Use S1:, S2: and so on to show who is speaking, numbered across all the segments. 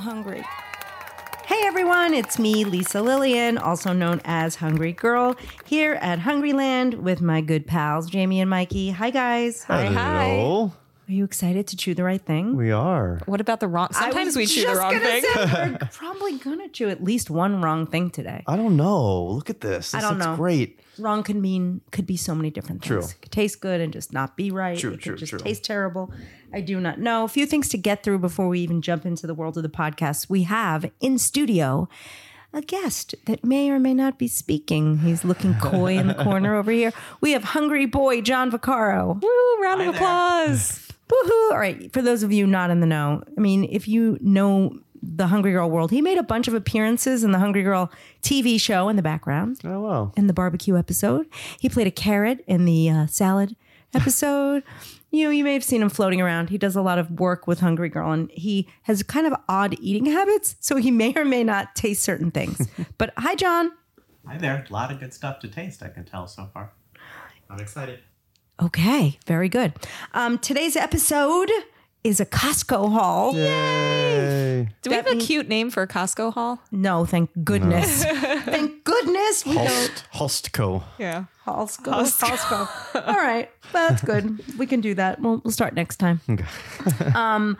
S1: hungry.
S2: Hey everyone, it's me, Lisa Lillian, also known as Hungry Girl, here at Hungryland with my good pals, Jamie and Mikey. Hi guys.
S1: Hi, hi.
S3: Hello.
S2: Are you excited to chew the right thing?
S3: We are.
S1: What about the wrong?
S2: I was
S1: Sometimes we chew the
S2: just
S1: wrong
S2: gonna
S1: thing.
S2: say, we're probably gonna chew at least one wrong thing today.
S3: I don't know. Look at this.
S2: I
S3: This
S2: don't
S3: looks
S2: know.
S3: great.
S2: Wrong could mean could be so many different
S3: True.
S2: things. It could taste good and just not be right.
S3: True,
S2: it could
S3: true,
S2: just
S3: true.
S2: taste terrible. I do not know. A few things to get through before we even jump into the world of the podcast. We have in studio a guest that may or may not be speaking. He's looking coy in the corner over here. We have hungry boy John Vaccaro.
S1: Woo, round of applause.
S2: Woohoo! All right, for those of you not in the know, I mean, if you know the Hungry Girl world, he made a bunch of appearances in the Hungry Girl TV show in the background,
S3: Oh wow.
S2: in the barbecue episode. He played a carrot in the uh, salad episode. you know, you may have seen him floating around. He does a lot of work with Hungry Girl, and he has kind of odd eating habits, so he may or may not taste certain things. but hi, John.
S4: Hi there. A lot of good stuff to taste, I can tell so far. I'm excited.
S2: Okay, very good. Um, today's episode is a Costco haul.
S3: Yay.
S1: Do we have a cute name for a Costco hall?
S2: No, thank goodness. thank goodness we don't.
S3: Host, Hostco.
S1: Yeah.
S2: Halsko. Halsko. All right. Well, that's good. We can do that. We'll, we'll start next time. um, but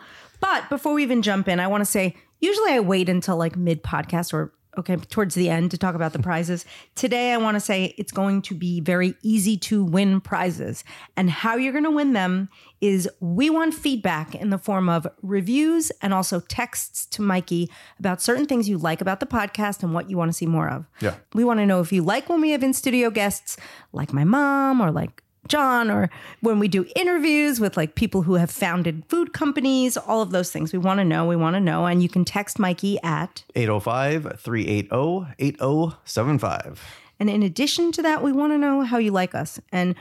S2: before we even jump in, I want to say usually I wait until like mid podcast or okay, towards the end to talk about the prizes. Today, I want to say it's going to be very easy to win prizes. And how you're going to win them is we want feedback in the form of reviews and also texts to Mikey about certain things you like about the podcast and what you want to see more of.
S3: Yeah.
S2: We want to know if you like when we have in studio guests like my mom or like John or when we do interviews with like people who have founded food companies, all of those things. We want to know, we want to know. And you can text Mikey at
S3: 805-380-8075.
S2: and in addition to that, we want to know how you like us. And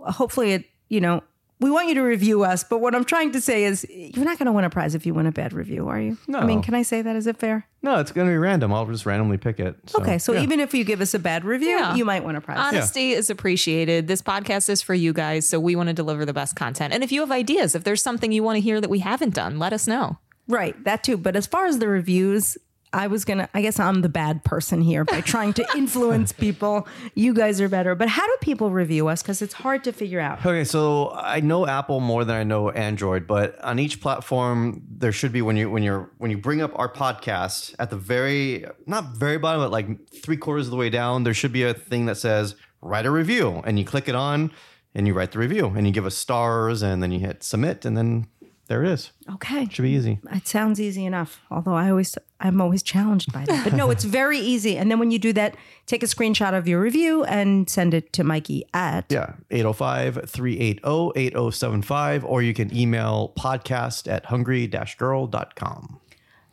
S2: hopefully it, you know, we want you to review us, but what I'm trying to say is you're not going to win a prize if you win a bad review, are you? I mean,
S3: No.
S2: can I say that? Is it fair?
S3: No, it's gonna be random. I'll just randomly pick it. So,
S2: Okay. So
S3: yeah.
S2: even if you give us a bad review,
S1: Yeah.
S2: you might win a prize.
S1: Honesty is appreciated. This podcast is for you guys, so we want to deliver the best content. And if you have ideas, if there's something you want to hear that we haven't done, let us know.
S2: Right, that too. But as far as the reviews, I was gonna. I guess I'm the bad person here by trying to influence people. You guys are better. But how do people review us? Because it's hard to figure out.
S3: Okay, so I know Apple more than I know Android, but on each platform there should be when you when you're when you bring up our podcast at the very not very bottom, but like three quarters of the way down, there should be a thing that says write a review, and you click it on, and you write the review, and you give us stars, and then you hit submit, and then there it is.
S2: Okay,
S3: Should be easy.
S2: it sounds easy enough. Although I always, I'm always challenged by that. But no, it's very easy. And then when you do that, take a screenshot of your review and send it to Mikey at.
S3: Yeah, 805-380-8075, or you can email podcast at hungry-girl.com.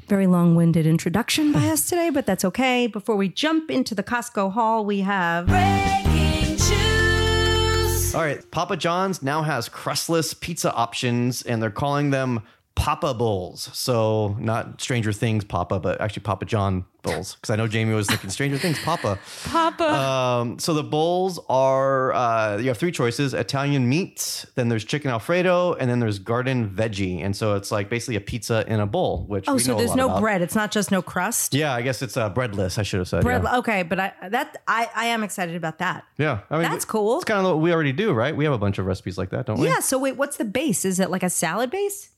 S2: Very long-winded introduction by us today, but that's okay. Before we jump into the Costco haul, we have.
S3: All right, Papa John's now has crustless pizza options, and they're calling them Papa Bowls. So not Stranger Things Papa, but actually Papa John Bowls, because I know Jamie was thinking Stranger Things Papa.
S1: Papa.
S3: Um, so the bowls are uh, you have three choices: Italian meats, then there's chicken Alfredo, and then there's garden veggie. And so it's like basically a pizza in a bowl. Which
S2: Oh,
S3: we
S2: so
S3: know a
S2: there's
S3: lot
S2: no
S3: about.
S2: bread. It's not just no crust.
S3: Yeah, I guess it's uh, breadless. I should have said
S2: Bread-
S3: Yeah.
S2: Okay, but I that I I am excited about that.
S3: yeah, I mean
S2: That's cool.
S3: It's kind of what we already do, right? We have a bunch of recipes like that, don't we?
S2: Yeah. So wait, what's the base? Is it like a salad base,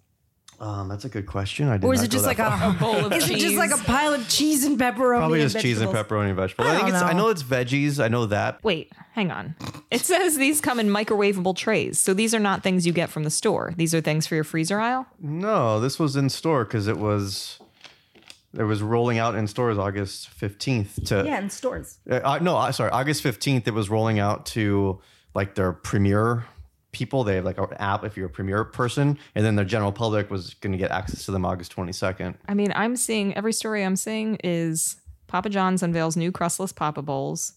S3: Um, that's a good question. I did
S2: or is
S3: not
S2: it
S3: go
S2: just
S3: that
S2: like
S3: far.
S2: a,
S1: bowl of
S2: is it just
S1: cheese.
S2: like a pile of cheese and pepperoni?
S3: Probably
S2: and
S3: just cheese and
S2: vegetables?
S3: pepperoni and vegetables.
S2: I
S3: I, think
S2: don't
S3: it's. I
S2: know.
S3: know it's veggies. I know that.
S1: Wait, hang on. It says these come in microwavable trays. So these are not things you get from the store. These are things for your freezer aisle.
S3: No, this was in store because it was. It was rolling out in stores August fifteenth to.
S2: Yeah, in stores.
S3: Uh, uh, no, uh, sorry, August fifteenth. It was rolling out to like their premier people. They have like an app if you're a premier person, and then the general public was going to get access to them August twenty second.
S1: I mean, I'm seeing every story I'm seeing is Papa John's unveils new crustless Papa Bowls.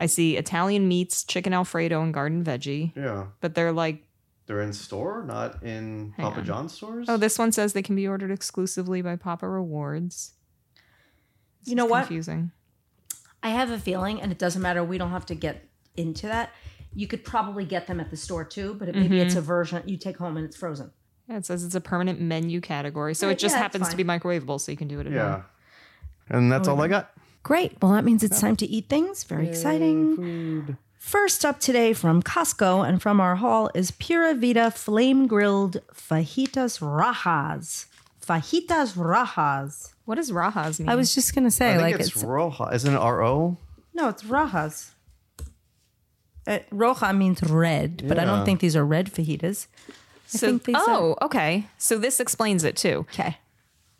S1: I see Italian meats, chicken Alfredo, and garden veggie.
S3: Yeah,
S1: But they're like,
S3: they're in store, not in
S1: Hang
S3: Papa
S1: on.
S3: John's stores.
S1: oh, this one says they can be ordered exclusively by Papa Rewards.
S2: You know what?
S1: Confusing.
S2: I have a feeling, and it doesn't matter. We don't have to get Mm-hmm. into that. You could probably get them at the store too, but it, maybe it's a version you take home and it's frozen.
S1: Yeah, it says it's a permanent menu category, so
S2: Yeah,
S1: it just
S2: yeah, it's
S1: happens to be
S2: fine.
S1: microwavable, so you can do it at home.
S3: Yeah. And that's
S2: Oh
S3: all I got.
S2: Great. Well, that means it's time to eat things. Very exciting. First up today from Costco and from our haul is Pura Vida flame grilled fajitas rajas. Fajitas rajas.
S1: What does rajas mean?
S5: I was just gonna say,
S3: I think
S5: like
S3: it's,
S5: it's,
S3: Roja. Isn't it R-O?
S2: No, it's rajas. Uh,
S5: roja means
S2: red, but I
S3: Yeah.
S2: don't think these are red fajitas.
S1: so,
S2: think they said-
S1: oh, okay. So this explains it too.
S2: Okay.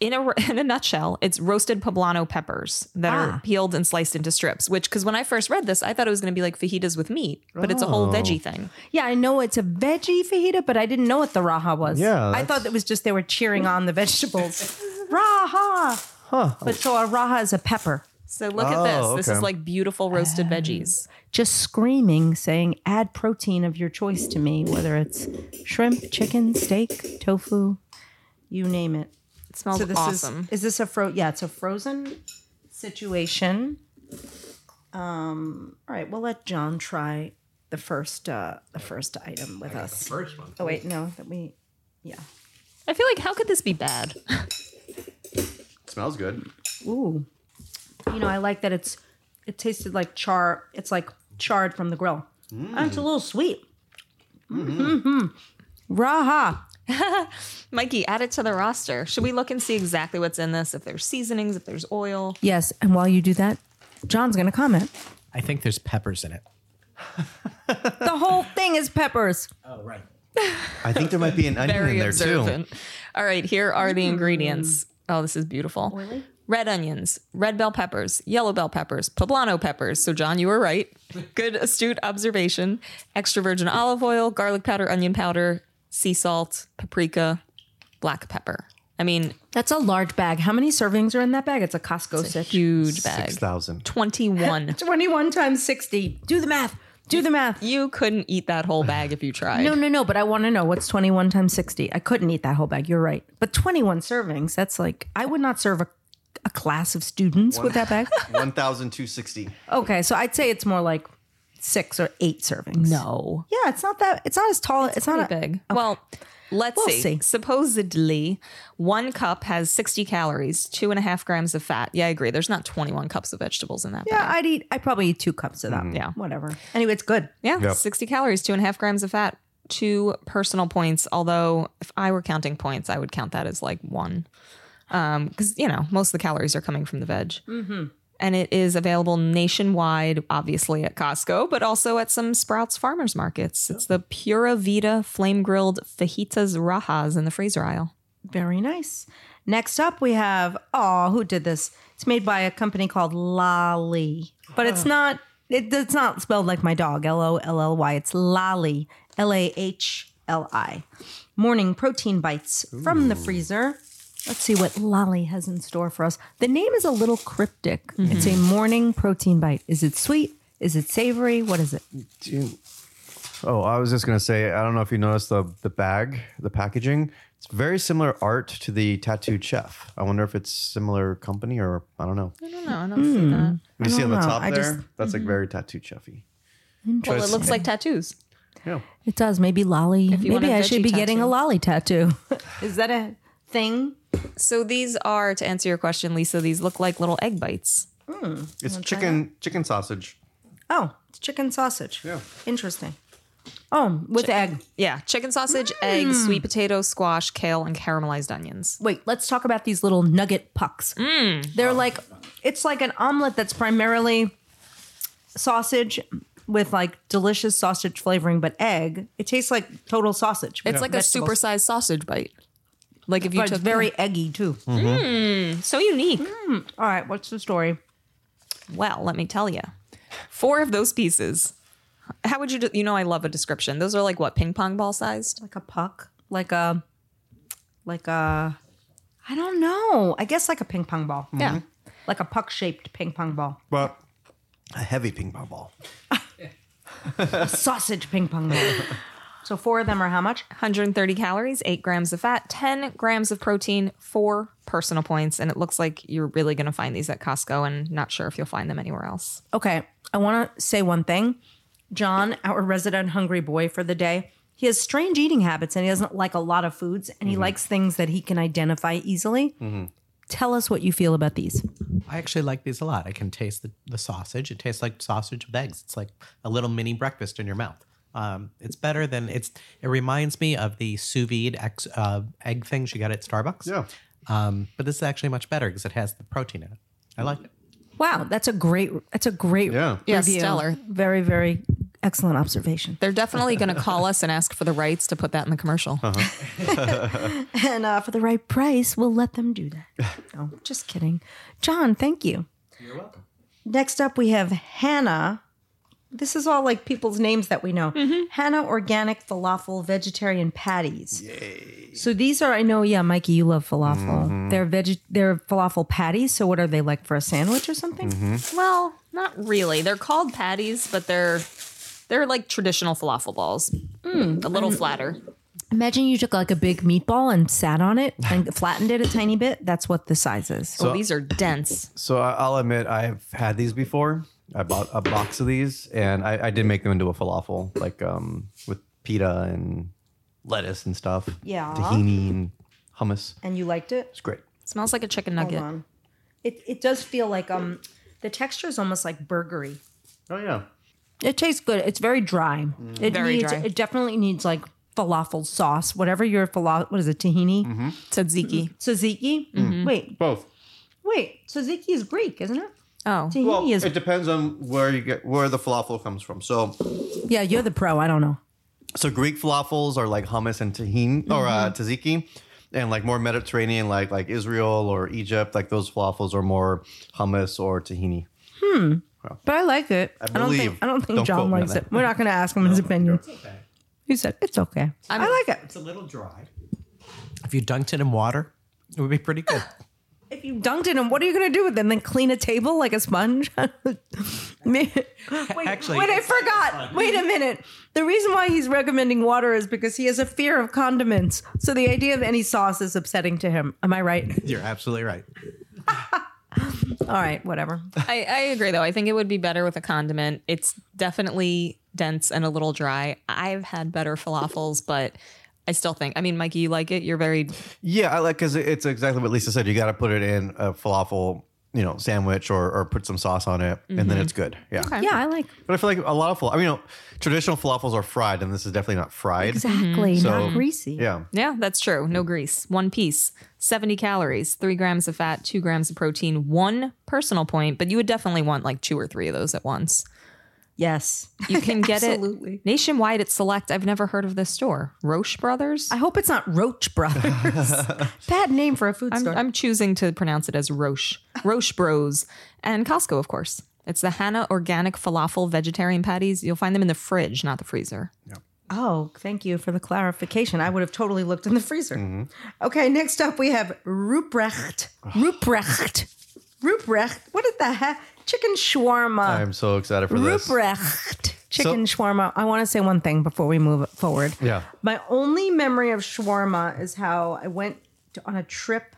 S1: in a in a nutshell, it's roasted poblano peppers that
S2: Ah.
S1: are peeled and sliced into strips. Which, because when I first read this, I thought it was going to be like fajitas with meat, but it's a whole
S3: Oh.
S1: veggie thing.
S2: Yeah, I know it's a veggie fajita, but I didn't know what the raja was.
S3: Yeah,
S2: I thought
S3: that's-
S2: it was just they were cheering on the vegetables. raja. Huh. But so a raja is a pepper.
S1: So look
S3: Oh,
S1: at this. This
S3: okay.
S1: is like beautiful
S2: Oh.
S1: roasted veggies.
S2: just screaming, saying, add protein of your choice to me, whether it's shrimp, chicken, steak, tofu, you name it.
S1: It smells
S2: this
S1: awesome.
S2: is is this a fro yeah, it's a frozen situation. Um all right, we'll let John try the first uh the first item with us.
S4: First one.
S2: Oh wait, no, that we yeah.
S1: I feel like how could this be bad?
S3: smells good.
S2: Ooh. You know, I like that it's it tasted like char it's like charred from the grill. And it's a little sweet. Mm-hmm. Raha.
S1: Mikey, add it to the roster. Should we look and see exactly what's in this? If there's seasonings, if there's oil.
S2: Yes, and while you do that, John's going to comment.
S6: I think there's peppers in it.
S2: The whole thing is peppers.
S6: Oh, right.
S3: I think there might be an onion
S1: Very
S3: in there
S1: observant. All right, here are the ingredients. Oh, this is beautiful. Red onions, red bell peppers, yellow bell peppers, poblano peppers. So, John, you were right. Good, astute observation. Extra virgin olive oil, garlic powder, onion powder, sea salt, paprika, black pepper. I mean,
S2: That's a large bag. How many servings are in that bag? It's a Costco
S1: a
S2: set.
S1: huge
S3: too.
S1: bag.
S3: 6,000.
S1: 21.
S2: 21 times 60. Do the math. Do the math.
S1: you couldn't eat that whole bag if you tried.
S2: No, no, no, but I want to know what's 21 times 60. I couldn't eat that whole bag. You're right. But 21 servings, that's like, I would not serve a, a class of students with that bag.
S3: 1,260.
S2: Okay, so I'd say it's more like six or eight servings.
S1: No.
S2: Yeah, it's not that, it's not as tall. It's, not a,
S1: big. Well, let's
S2: We'll
S1: see.
S2: see.
S1: Supposedly, one cup has 60 calories, two and a half grams of fat. Yeah, I agree. There's not 21 cups of vegetables in that.
S2: Yeah, I'd eat, I probably eat two cups of that.
S1: Yeah.
S2: Whatever. Anyway, it's good.
S1: Yeah,
S3: Yep.
S1: 60 calories, two and a half grams of fat, two personal points. Although, if I were counting points, I would count that as like one. Because, you know, most of the calories are coming from the veg. Mm-hmm. And it is available nationwide, obviously at Costco, but also at some Sprouts farmers markets. It's the Pura Vida flame grilled fajitas rajas in the freezer aisle.
S2: Very nice. Next up, we have oh, who did this? It's made by a company called Lolly, but
S1: Ah.
S2: it's not. It, it's not spelled like my dog. L O L L Y. It's Lolly. L A H L I. Morning protein bites from the freezer. Let's see what Lolly has in store for us. The name is a little cryptic.
S1: Mm-hmm.
S2: It's a morning protein bite. Is it sweet? Is it savory? What is it?
S3: Do- Oh, I was just gonna say, I don't know if you noticed the the bag, the packaging. It's very similar art to the tattooed chef. I wonder if it's similar company or I don't know.
S1: I don't know. I don't see that.
S3: You see on the
S2: know.
S3: top
S2: I
S3: there,
S2: just-
S3: that's like very tattooed chefy.
S1: Well, it looks like tattoos.
S3: Yeah,
S2: It does. Maybe Lolly.
S1: you want
S2: Maybe
S1: a
S2: I should
S1: veggie
S2: be getting a
S1: tattoo.
S2: Lolly tattoo. is that a thing?
S1: So these are, to answer your question, Lisa, these look like little egg bites.
S3: it's chicken chicken sausage.
S2: Oh, it's chicken sausage.
S3: Yeah.
S2: Interesting. Oh, with egg.
S1: Yeah, chicken sausage, eggs, sweet potato, squash, kale, and caramelized onions.
S2: Wait, let's talk about these little nugget pucks. They're like, it's like an omelet that's primarily sausage with like delicious sausage flavoring, but egg. It tastes like total sausage.
S1: It's like a supersized sausage bite. Like if you
S2: But it's
S1: took
S2: very eggy too.
S1: so unique.
S2: All right, what's the story?
S1: Well, let me tell you, four of those pieces. How would you? De- you know, I love a description. Those are like what ping pong ball sized.
S2: Like a puck? Like a, like a, I don't know. I guess like a ping pong ball.
S1: Yeah.
S2: Like a puck shaped ping pong ball.
S3: Well, a heavy ping pong ball.
S2: sausage ping pong ball. so four of them are how much?
S1: 130 calories, 8 grams of fat, 10 grams of protein, 4 personal points. And it looks like you're really going to find these at Costco and not sure if you'll find them anywhere else.
S2: Okay, I want to say one thing. John, our resident hungry boy for the day, He has strange eating habits and he doesn't like a lot of foods and he likes things that he can identify easily. Tell us what you feel about these.
S6: I actually like these a lot. I can taste the, the sausage. It tastes like sausage with eggs. It's like a little mini breakfast in your mouth. Um, it's better than it's. It reminds me of the sous vide ex, uh, egg things you get at Starbucks.
S3: Yeah.
S6: Um, but this is actually much better because it has the protein in it. I like it.
S2: Wow, that's a great that's a great
S3: Yeah.
S1: Yeah,
S2: review.
S1: stellar.
S2: Very very excellent observation.
S1: They're definitely going to call us and ask for the rights to put that in the commercial.
S2: And uh, for the right price, we'll let them do that. no, just kidding. John, thank you. You're welcome. Next up, we have Hannah. This is all like people's names that we know. Hannah Organic Falafel Vegetarian Patties. Yay. Mm-hmm. So these are, I know, yeah, Mikey, you love falafel. They're veg, they're falafel patties. So what are they like for a sandwich or something?
S1: Well, not really. They're called patties, but they're they're like traditional falafel balls,
S2: Hmm.
S1: a little flatter.
S2: Imagine you took like a big meatball and sat on it and flattened it a tiny bit. That's what the size is.
S1: oh, these are dense.
S3: So I- I'll admit I've had these before. I bought a box of these, and I, I did make them into a falafel, like um, with pita and lettuce and stuff.
S2: Yeah.
S3: Tahini and hummus.
S2: and you liked it?
S3: It's great.
S1: Smells like a chicken nugget.
S2: Hold on. It it does feel like um the texture is almost like burgery.
S3: Oh yeah.
S2: It tastes good. It's very dry. It
S1: Very
S2: needs
S1: dry.
S2: it definitely needs like falafel sauce, whatever your falafel what is it, tahini?
S3: Mm-hmm.
S2: Mm-hmm.
S1: Tzatziki.
S2: Tzatziki? Wait,
S3: Both.
S2: wait. Tzatziki is Greek, isn't it?
S1: Oh,
S2: Tahini
S3: Well,
S2: is
S3: it depends on where you get where the falafel comes from. So,
S2: Yeah, you're the pro. I don't know.
S3: so Greek falafels are like hummus and tahini or uh,
S2: Mm-hmm.
S3: tzatziki, and like more Mediterranean, like like Israel or Egypt, like those falafels are more hummus or tahini.
S2: But I like it. I, don't
S3: believe-
S2: think I don't think
S3: don't quote
S2: John
S3: me on
S2: likes
S3: that.
S2: it. We're not gonna ask him his opinion.
S6: Okay.
S2: He said it's okay. i like it.
S6: It's a little dry. If you dunked it in water, it would be pretty good.
S2: If you dunked it, and what are you gonna do with them? Then clean a table like a sponge? Me- wait,
S6: Actually,
S2: wait, I
S6: it's-
S2: forgot. Wait a minute. The reason why he's recommending water is because he has a fear of condiments. So the idea of any sauce is upsetting to him. Am I right?
S6: You're absolutely right.
S2: All right, whatever.
S1: I, I agree though. I think it would be better with a condiment. It's definitely dense and a little dry. I've had better falafels, but I still think. I mean, Mikey, you like it. You're very
S3: Yeah, I like because it's exactly what Lisa said. You got to put it in a falafel, you know, sandwich or, or put some sauce on it, and then it's good. Yeah,
S2: Yeah, I like
S3: but I feel like a lot of falafel. I mean, you know, traditional falafels are fried, and this is definitely not fried.
S2: exactly not
S3: So-
S2: greasy.
S3: Yeah,
S1: yeah. That's true. No grease. One piece. Seventy calories. Three grams of fat. Two grams of protein. One personal point. But you would definitely want like two or three of those at once.
S2: Yes,
S1: You can get
S2: Absolutely.
S1: it nationwide at Select. I've never heard of this store. Roche Brothers.
S2: I hope it's not Roach Brothers. Bad name for a food
S1: I'm,
S2: store.
S1: I'm choosing to pronounce it as Roche, Roche Bros, and Costco, of course. It's the Hannah Organic Falafel Vegetarian Patties. You'll find them in the fridge, not the freezer.
S2: Oh, thank you for the clarification. I would have totally looked in the freezer. Okay, next up we have Ruprecht. Ruprecht. Ruprecht. What is the heck? Chicken shawarma.
S3: I'm so excited for this.
S2: Ruprecht. Chicken shawarma. I want to say one thing before we move forward.
S3: Yeah.
S2: My only memory of shawarma is how I went to- on a trip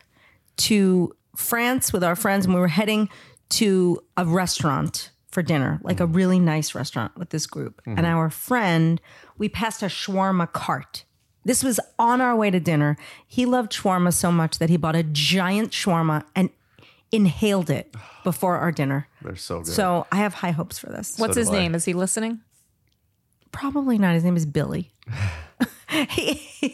S2: to France with our friends, and we were heading to a restaurant for dinner, like
S3: Mm-hmm.
S2: a really nice restaurant with this group. And our friend, we passed a shawarma cart. This was on our way to dinner. He loved shawarma so much that he bought a giant shawarma and inhaled it before our dinner.
S3: They're so good.
S2: So I have high hopes for this.
S1: What's
S3: do
S1: his
S3: I.
S1: name? Is he listening?
S2: Probably not. His name is Billy. he, he,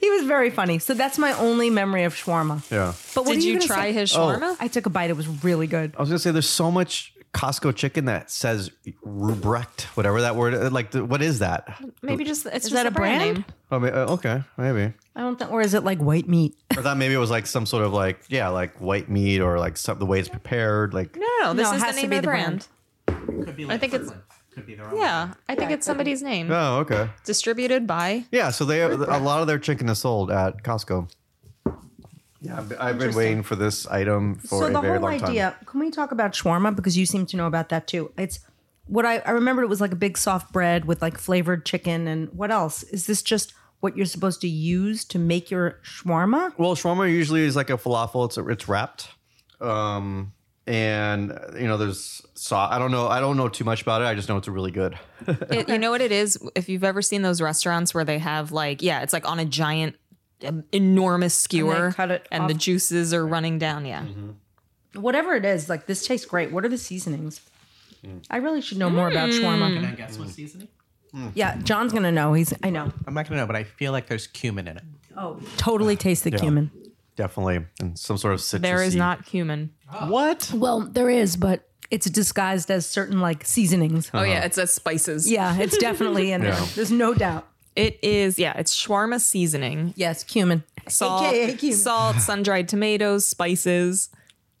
S2: he was very funny. So that's my only memory of shawarma.
S3: yeah,
S2: But what
S1: Did
S2: are
S1: you,
S2: gonna say?
S1: try
S3: Oh.
S1: his shawarma?
S2: I took a bite. It was really good.
S3: I was gonna say there's so much Costco chicken that says Rubrecht, whatever that word. is. Like, the, what is that?
S1: Maybe just it's just
S2: that
S1: a
S2: a brand?
S1: name.
S3: Oh, may- uh, okay, maybe.
S2: I don't think, or is it like white meat?
S3: I thought maybe it was like some sort of like yeah, like white meat or like some, the way it's prepared. Like
S1: No, no, no. This
S2: No, it
S1: is the
S2: has to
S1: name of
S2: be
S1: the
S2: the
S1: brand.
S2: brand.
S4: Could be like
S1: think it's-
S4: Kirkland. Could be their own.
S1: Yeah, I think it's somebody's name.
S3: oh, okay.
S1: Distributed by.
S3: Yeah, so they a lot of their chicken is sold at Costco. Yeah, I've- I've been waiting for this item for
S2: so
S3: a
S2: the
S3: very
S2: whole
S3: long time.
S2: idea. Can we talk about shawarma because you seem to know about that too? It's what I, I remembered. It was like a big soft bread with like flavored chicken and what else? Is this just what you're supposed to use to make your shawarma?
S3: Well, shawarma usually is like a falafel. It's it's wrapped, um, and uh, you know, there's saw. I don't know. I don't know too much about it. I just know it's really good.
S1: It, you know what it is? If you've ever seen those restaurants where they have like, yeah, it's like on a giant, um, enormous skewer,
S2: cut it
S1: and the
S2: off.
S1: juices are running down. Yeah,
S3: Mm-hmm.
S2: Whatever it is, like this tastes great. What are the seasonings?
S3: Mm.
S2: I really should know more about
S1: Mm.
S2: shawarma.
S6: I guess what seasoning?
S2: Yeah, John's gonna know. He's I know.
S6: Mm. I'm not gonna know, but I feel like there's cumin in it.
S2: Oh, totally taste the cumin.
S3: Definitely, and some sort of citrusy.
S1: there is not cumin.
S3: what.
S2: Well, there is, but it's disguised as certain like seasonings.
S1: Oh yeah, it's a spices.
S2: Yeah, it's definitely in there.
S3: Uh-huh. Yeah.
S2: There's no doubt.
S1: it is. Yeah, it's shawarma seasoning.
S2: Yes, cumin.
S1: salt,
S2: AKA cumin.
S1: salt, sun-dried tomatoes, spices,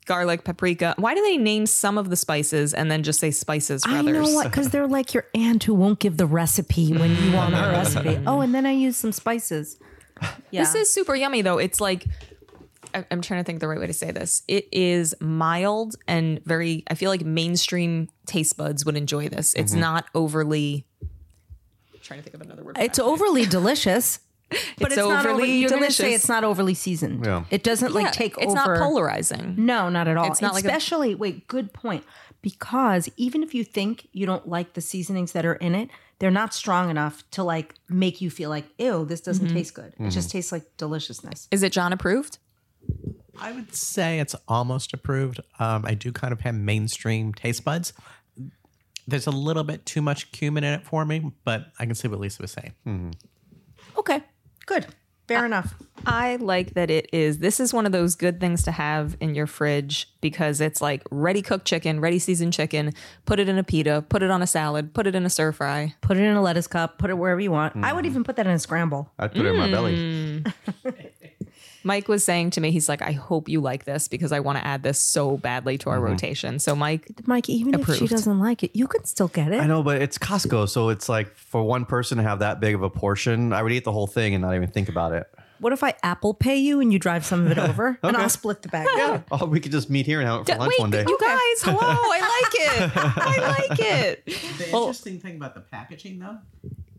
S1: garlic, paprika. Why do they name some of the spices and then just say spices for
S2: I
S1: others?
S2: know what, because they're like your aunt who won't give the recipe when you want her recipe. Oh, and then I use some spices. Yeah.
S1: This is super yummy though. It's like I- I'm trying to think the right way to say this. It is mild and very. I feel like mainstream taste buds would enjoy this. It's not overly. I'm trying to think of another word. for
S2: it's
S1: that.
S2: overly delicious, but it's,
S1: It's
S2: not overly.
S1: overly
S2: You're gonna say
S1: delicious.
S2: it's not overly seasoned.
S3: Yeah.
S2: It doesn't like
S1: Yeah,
S2: take over.
S1: It's not polarizing.
S2: No, not at all.
S1: It's not like a-
S2: Especially, wait, good point. Because even if you think you don't like the seasonings that are in it, they're not strong enough to like make you feel like, ew, this doesn't taste good. It just tastes like deliciousness.
S1: Is it John approved?
S6: I would say it's almost approved. Um, I do kind of have mainstream taste buds. There's a little bit too much cumin in it for me, but I can see what Lisa Hmm. was saying.
S2: Okay, Uh, good. Fair enough.
S1: I like that it is. This is one of those good things to have in your fridge because it's like ready cooked chicken, ready seasoned chicken. Put it in a pita, put it on a salad, put it in a stir fry.
S2: Put it in a lettuce cup, put it wherever you want. I would even put that in a scramble.
S3: I'd put it in my belly.
S1: Mike was saying to me, he's like, I hope you like this because I want to add this so badly to our
S3: Mm-hmm.
S1: rotation. So, Mike,
S2: Mike, even if she
S1: Approved.
S2: doesn't like it, you could still get it.
S3: I know, but it's Costco, so it's like for one person to have that big of a portion, I would eat the whole thing and not even think about it.
S2: What if I Apple pay you and you drive some of it over and I'll split the bag?
S3: Yeah. Oh, we could just meet here and have it for lunch
S1: wait,
S3: one day.
S1: you guys, hello, I like it. I like it.
S6: The
S1: Well-
S6: interesting thing about the packaging, though,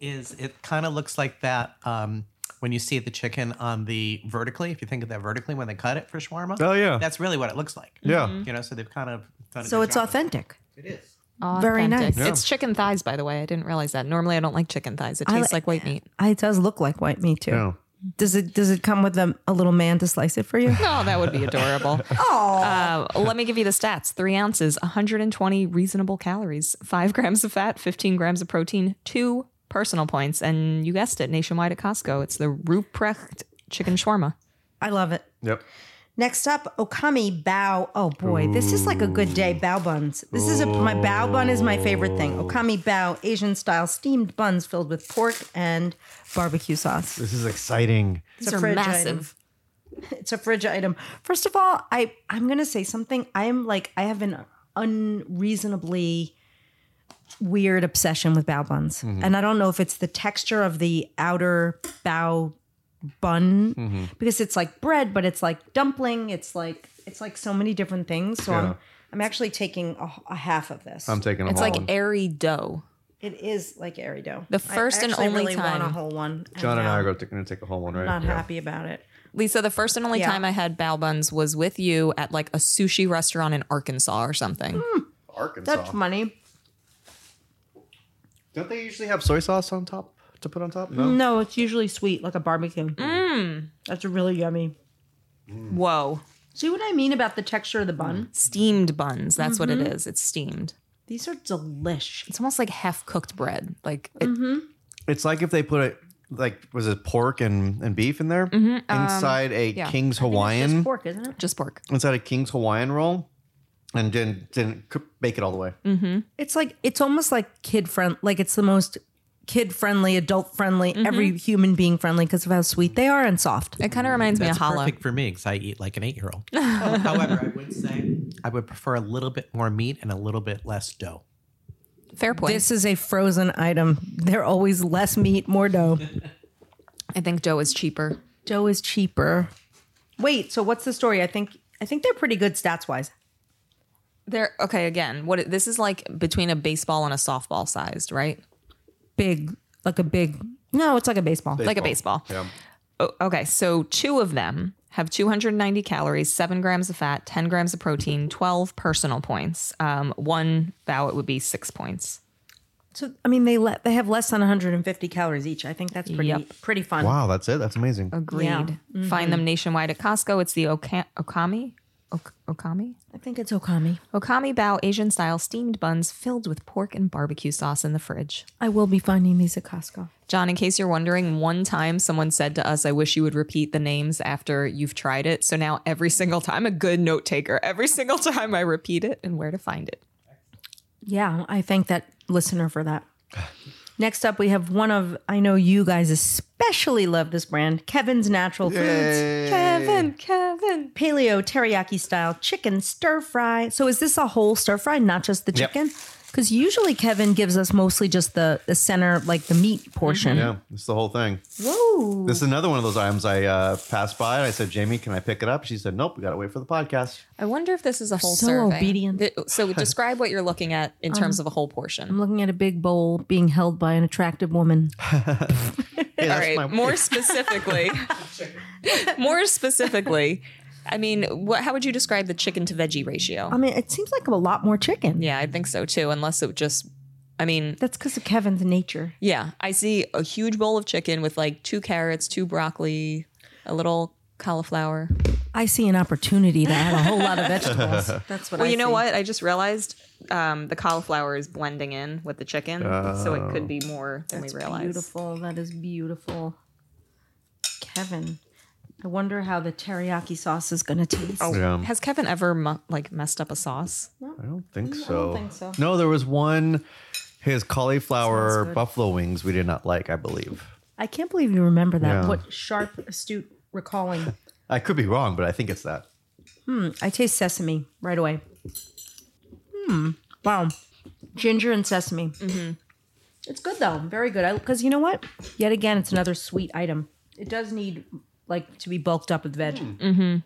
S6: is it kind of looks like that um, when you see the chicken on the vertically. If you think of that vertically when they cut it for shawarma,
S3: Oh, yeah.
S6: that's really what it looks like.
S3: Yeah.
S6: you know, so they've kind of done a
S2: Mm-hmm. So
S6: good
S2: it's
S6: job.
S2: authentic.
S6: It is.
S2: Very
S1: Authentic.
S2: nice.
S1: It's chicken thighs, by the way. I didn't realize that. Normally, I don't like chicken thighs. It
S2: I
S1: tastes
S2: li-
S1: like white meat.
S2: I- It does look like white meat too.
S3: Yeah.
S2: Does it does it come with a, a little man to slice it for you?
S1: Oh, that would be adorable.
S2: Oh,
S1: Uh, let me give you the stats three ounces, 120 reasonable calories, five grams of fat, 15 grams of protein, two personal points. And you guessed it, nationwide at Costco. It's the Ruprecht chicken shawarma.
S2: I love it.
S3: Yep.
S2: Next up, Okami Bao. Oh boy, this is like a good day. Bao buns. This is a, my Bao bun is my favorite thing. Okami Bao, Asian style steamed buns filled with pork and barbecue sauce.
S3: This is exciting.
S2: It's a fridge Item. It's a fridge item. First of all, I I'm gonna say something. I am like I have an unreasonably weird obsession with bao buns,
S3: Mm-hmm.
S2: and I don't know if it's the texture of the outer bao bun
S3: Mm-hmm.
S2: because it's like bread, but it's like dumpling. It's like it's like so many different things. So
S3: Yeah.
S2: I'm I'm actually taking a, a half of this.
S3: I'm taking a
S1: It's
S3: whole
S1: like
S3: one.
S1: airy dough.
S2: it is like airy dough.
S1: The
S2: I
S1: first and
S2: actually
S1: only
S2: really want a
S1: time-
S2: whole one.
S3: John and I
S2: now
S3: are going to take a whole one, right?
S2: Not
S3: Yeah.
S2: happy about it.
S1: Lisa, the first and only
S2: Yeah.
S1: time I had bao buns was with you at like a sushi restaurant in Arkansas or something.
S2: Hmm.
S3: Arkansas.
S2: That's money.
S3: Don't they usually have soy sauce on top to put on top? No.
S2: No, it's usually sweet, like a barbecue. That's really yummy.
S1: Whoa.
S2: See what I mean about the texture of the bun?
S1: Steamed buns. That's what
S2: Mm-hmm.
S1: it is. It's steamed.
S2: These are delish.
S1: It's almost like half cooked bread. Like
S2: Mm.
S1: it,
S3: It's like if they put it like was it pork and, and beef in there
S1: Mm-hmm, um,
S3: inside a King's Hawaiian
S2: Pork, isn't it?
S1: just pork.
S3: inside a King's Hawaiian roll, and didn't didn't cook, bake it all the way.
S1: Mm.
S2: It's like it's almost like kid friend. Like it's the most kid friendly, adult friendly, every human being friendly because of how sweet they are and soft.
S1: It kind of reminds me of
S6: That's
S1: challah.
S6: perfect for me because I eat like an eight-year-old. However, I would say I would prefer a little bit more meat and a little bit less dough.
S1: Fair point.
S2: This is a frozen item. They're always less meat, more dough.
S1: I think dough is cheaper.
S2: dough is cheaper. Wait, so what's the story? I think I think they're pretty good stats wise.
S1: They're okay again. What it- this is like between a baseball and a softball sized, right?
S2: Big, like a big. No, it's like a baseball.
S1: Like a baseball.
S3: Yeah.
S1: O- okay, so two of them have 290 calories, seven grams of fat, 10 grams of protein, 12 personal points. Um, one vow, it would be six points.
S2: So I mean, they let they have less than 150 calories each. I think that's pretty
S1: Yep.
S2: pretty fun.
S3: Wow, that's it. That's amazing.
S1: Agreed.
S2: Yeah.
S1: Find them nationwide at Costco. It's the Oka- Okami. Ok- Okami?
S2: I think it's Okami.
S1: Okami Bao Asian style steamed buns filled with pork and barbecue sauce in the fridge.
S2: I will be finding these at Costco.
S1: John, in case you're wondering, one time someone said to us, I wish you would repeat the names after you've tried it. So now every single time, I'm a good note taker. Every single time I repeat it and where to find it.
S2: Yeah, I thank that listener for that. Next up, we have one of I know you guys especially love this brand, Kevin's Natural Foods. Kevin, Kevin, paleo teriyaki style chicken stir fry. So is this a whole stir fry, not just the
S3: Yep.
S2: chicken? Because usually Kevin gives us mostly just the the center, like the meat portion.
S3: Mm-hmm. Yeah, it's the whole thing.
S2: Whoa!
S3: This is another one of those items I uh, passed by and I said, Jamie, can I pick it up? She said, Nope, we got to wait for the podcast.
S1: I wonder if this is a whole
S2: So
S1: survey.
S2: obedient.
S1: Th- So describe what you're looking at in terms of a whole
S2: I'm
S1: portion.
S2: looking at a big bowl being held by an attractive woman.
S3: Hey,
S1: All
S3: that's
S1: right.
S3: my-
S1: more specifically, more specifically, I mean, what? How would you describe the chicken to veggie ratio?
S2: I mean, it seems like a lot more chicken.
S1: yeah, I think so too. Unless it just, I mean,
S2: That's because of Kevin's nature.
S1: Yeah, I see a huge bowl of chicken with like two carrots, two broccoli, a little cauliflower.
S2: I see an opportunity to add a whole lot of vegetables. That's what
S1: Well,
S2: I
S1: you know
S2: see.
S1: what? I just realized um, the cauliflower is blending in with the chicken, so it could be more than
S2: That's
S1: we realized.
S2: beautiful. That is beautiful. Kevin, I wonder how the teriyaki sauce is going to taste.
S1: Oh,
S3: Yeah.
S1: Has Kevin ever mu- like messed up a sauce?
S3: I don't think so.
S2: Mm, think so.
S3: No, there was one, his cauliflower buffalo wings we did not like, I believe.
S2: I can't believe you remember that.
S3: Yeah.
S2: What sharp, astute recalling.
S3: I could be wrong, but I think it's that.
S2: I taste sesame right away. Hmm. Wow. Ginger and sesame. Mm-hmm. It's good though. Very good. Because you know what? Yet again, it's another sweet item. It does need like to be bulked up with veg.
S3: Hmm.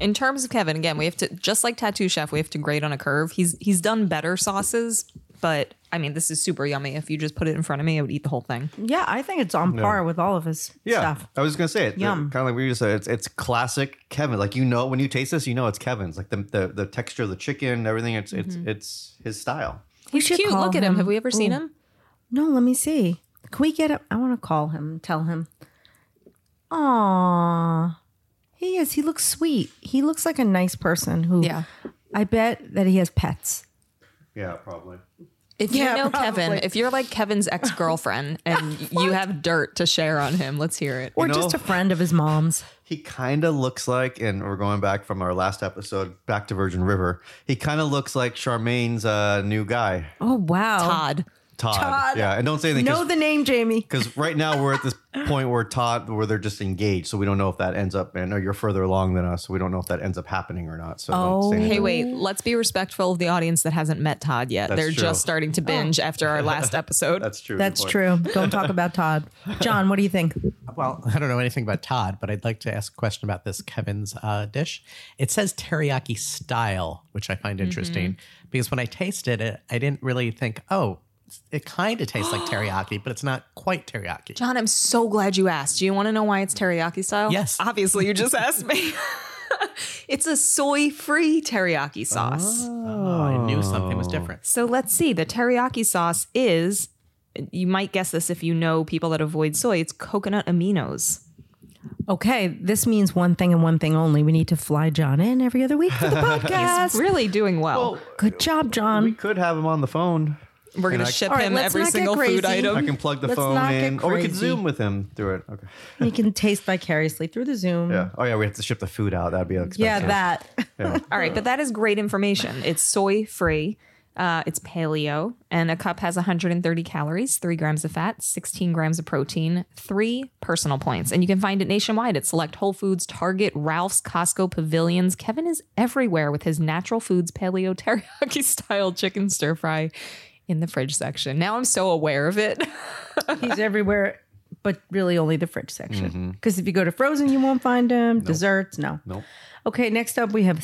S1: In terms of Kevin, again, we have to just like Tattoo Chef, we have to grade on a curve. He's he's done better sauces, but I mean, this is super yummy. If you just put it in front of me, I would eat the whole thing.
S2: Yeah, I think it's on par with all of his
S3: Yeah,
S2: stuff.
S3: I was just gonna say it.
S2: Yum.
S3: Kind of like we just said, it's it's classic Kevin. Like you know, when you taste this, you know it's Kevin's. Like the the, the texture of the chicken, everything. It's
S2: Mm-hmm.
S3: it's it's his style.
S2: We
S1: He's cute. Look at him. Have we ever seen
S2: Ooh.
S1: him?
S2: No, let me see. Can we get him? I want to call him. and Tell him. Aww, he is. He looks sweet. He looks like a nice person. Who?
S1: Yeah.
S2: I bet that he has pets.
S3: Yeah, probably.
S1: If
S2: Yeah,
S1: you know Kevin,
S2: probably.
S1: if you're like Kevin's ex girlfriend and you have dirt to share on him, let's hear it.
S2: Or
S3: You
S2: just
S3: know-
S2: a friend of his mom's.
S3: He kind of looks like, and we're going back from our last episode, back to Virgin River. He kind of looks like Charmaine's uh, new guy,
S2: Oh wow.
S1: Todd.
S3: Todd.
S2: Todd.
S3: Yeah, and don't say anything.
S2: Know the name, Jamie.
S3: because right now we're at this point where Todd, where they're just engaged, so we don't know if that ends up. I know you're further along than us, so we don't know if that ends up happening or not. So
S2: Oh.
S3: don't say anything.
S1: Hey, wait, let's be respectful of the audience that hasn't met Todd yet.
S3: That's
S1: They're
S3: true.
S1: just starting to binge after our last episode.
S3: that's true. good
S2: That's
S3: point.
S2: true. Don't talk about Todd. John, what do you think?
S6: Well, I don't know anything about Todd, but I'd like to ask a question about this Kevin's uh, dish. It says teriyaki style, which I find interesting because when I tasted it, I didn't really think, oh, it kind of tastes like teriyaki, but it's not quite teriyaki.
S1: John, I'm so glad you asked. Do you want to know why it's teriyaki style?
S6: Yes.
S1: Obviously, you just asked me. it's a soy free teriyaki sauce.
S3: Ah.
S6: Oh, I knew something was different.
S1: So let's see. The teriyaki sauce is, you might guess this if you know people that avoid soy, it's coconut aminos.
S2: Okay, this means one thing and one thing only. We need to fly John in every other week for the podcast.
S1: Really doing well.
S2: Good job,
S3: We
S2: John.
S3: could have him on the phone.
S1: We're going
S3: And
S1: to
S3: I-
S1: ship
S2: All right,
S1: him
S2: let's
S1: every
S2: not get
S1: single food
S2: crazy.
S1: item.
S3: I can plug the
S2: Let's
S3: phone
S2: not get
S3: in, or we could
S2: crazy.
S3: Zoom with him through it. Okay.
S2: He can taste vicariously through the Zoom.
S3: Yeah. Oh yeah, we have to ship the food out. That'd be expensive.
S2: Yeah, that.
S1: All right, but that is great information. It's soy free. Uh, it's paleo, and a cup has 130 calories, three grams of fat, 16 grams of protein, three personal points, and you can find it nationwide at select Whole Foods, Target, Ralph's, Costco, Pavilions. Kevin is everywhere with his natural foods paleo teriyaki style chicken stir fry in the fridge section. Now I'm so aware of it.
S2: He's everywhere, but really only the fridge section. Because if you go to frozen, you won't find him. Desserts, no.
S3: Mm-hmm. Nope.
S2: Okay, next up we have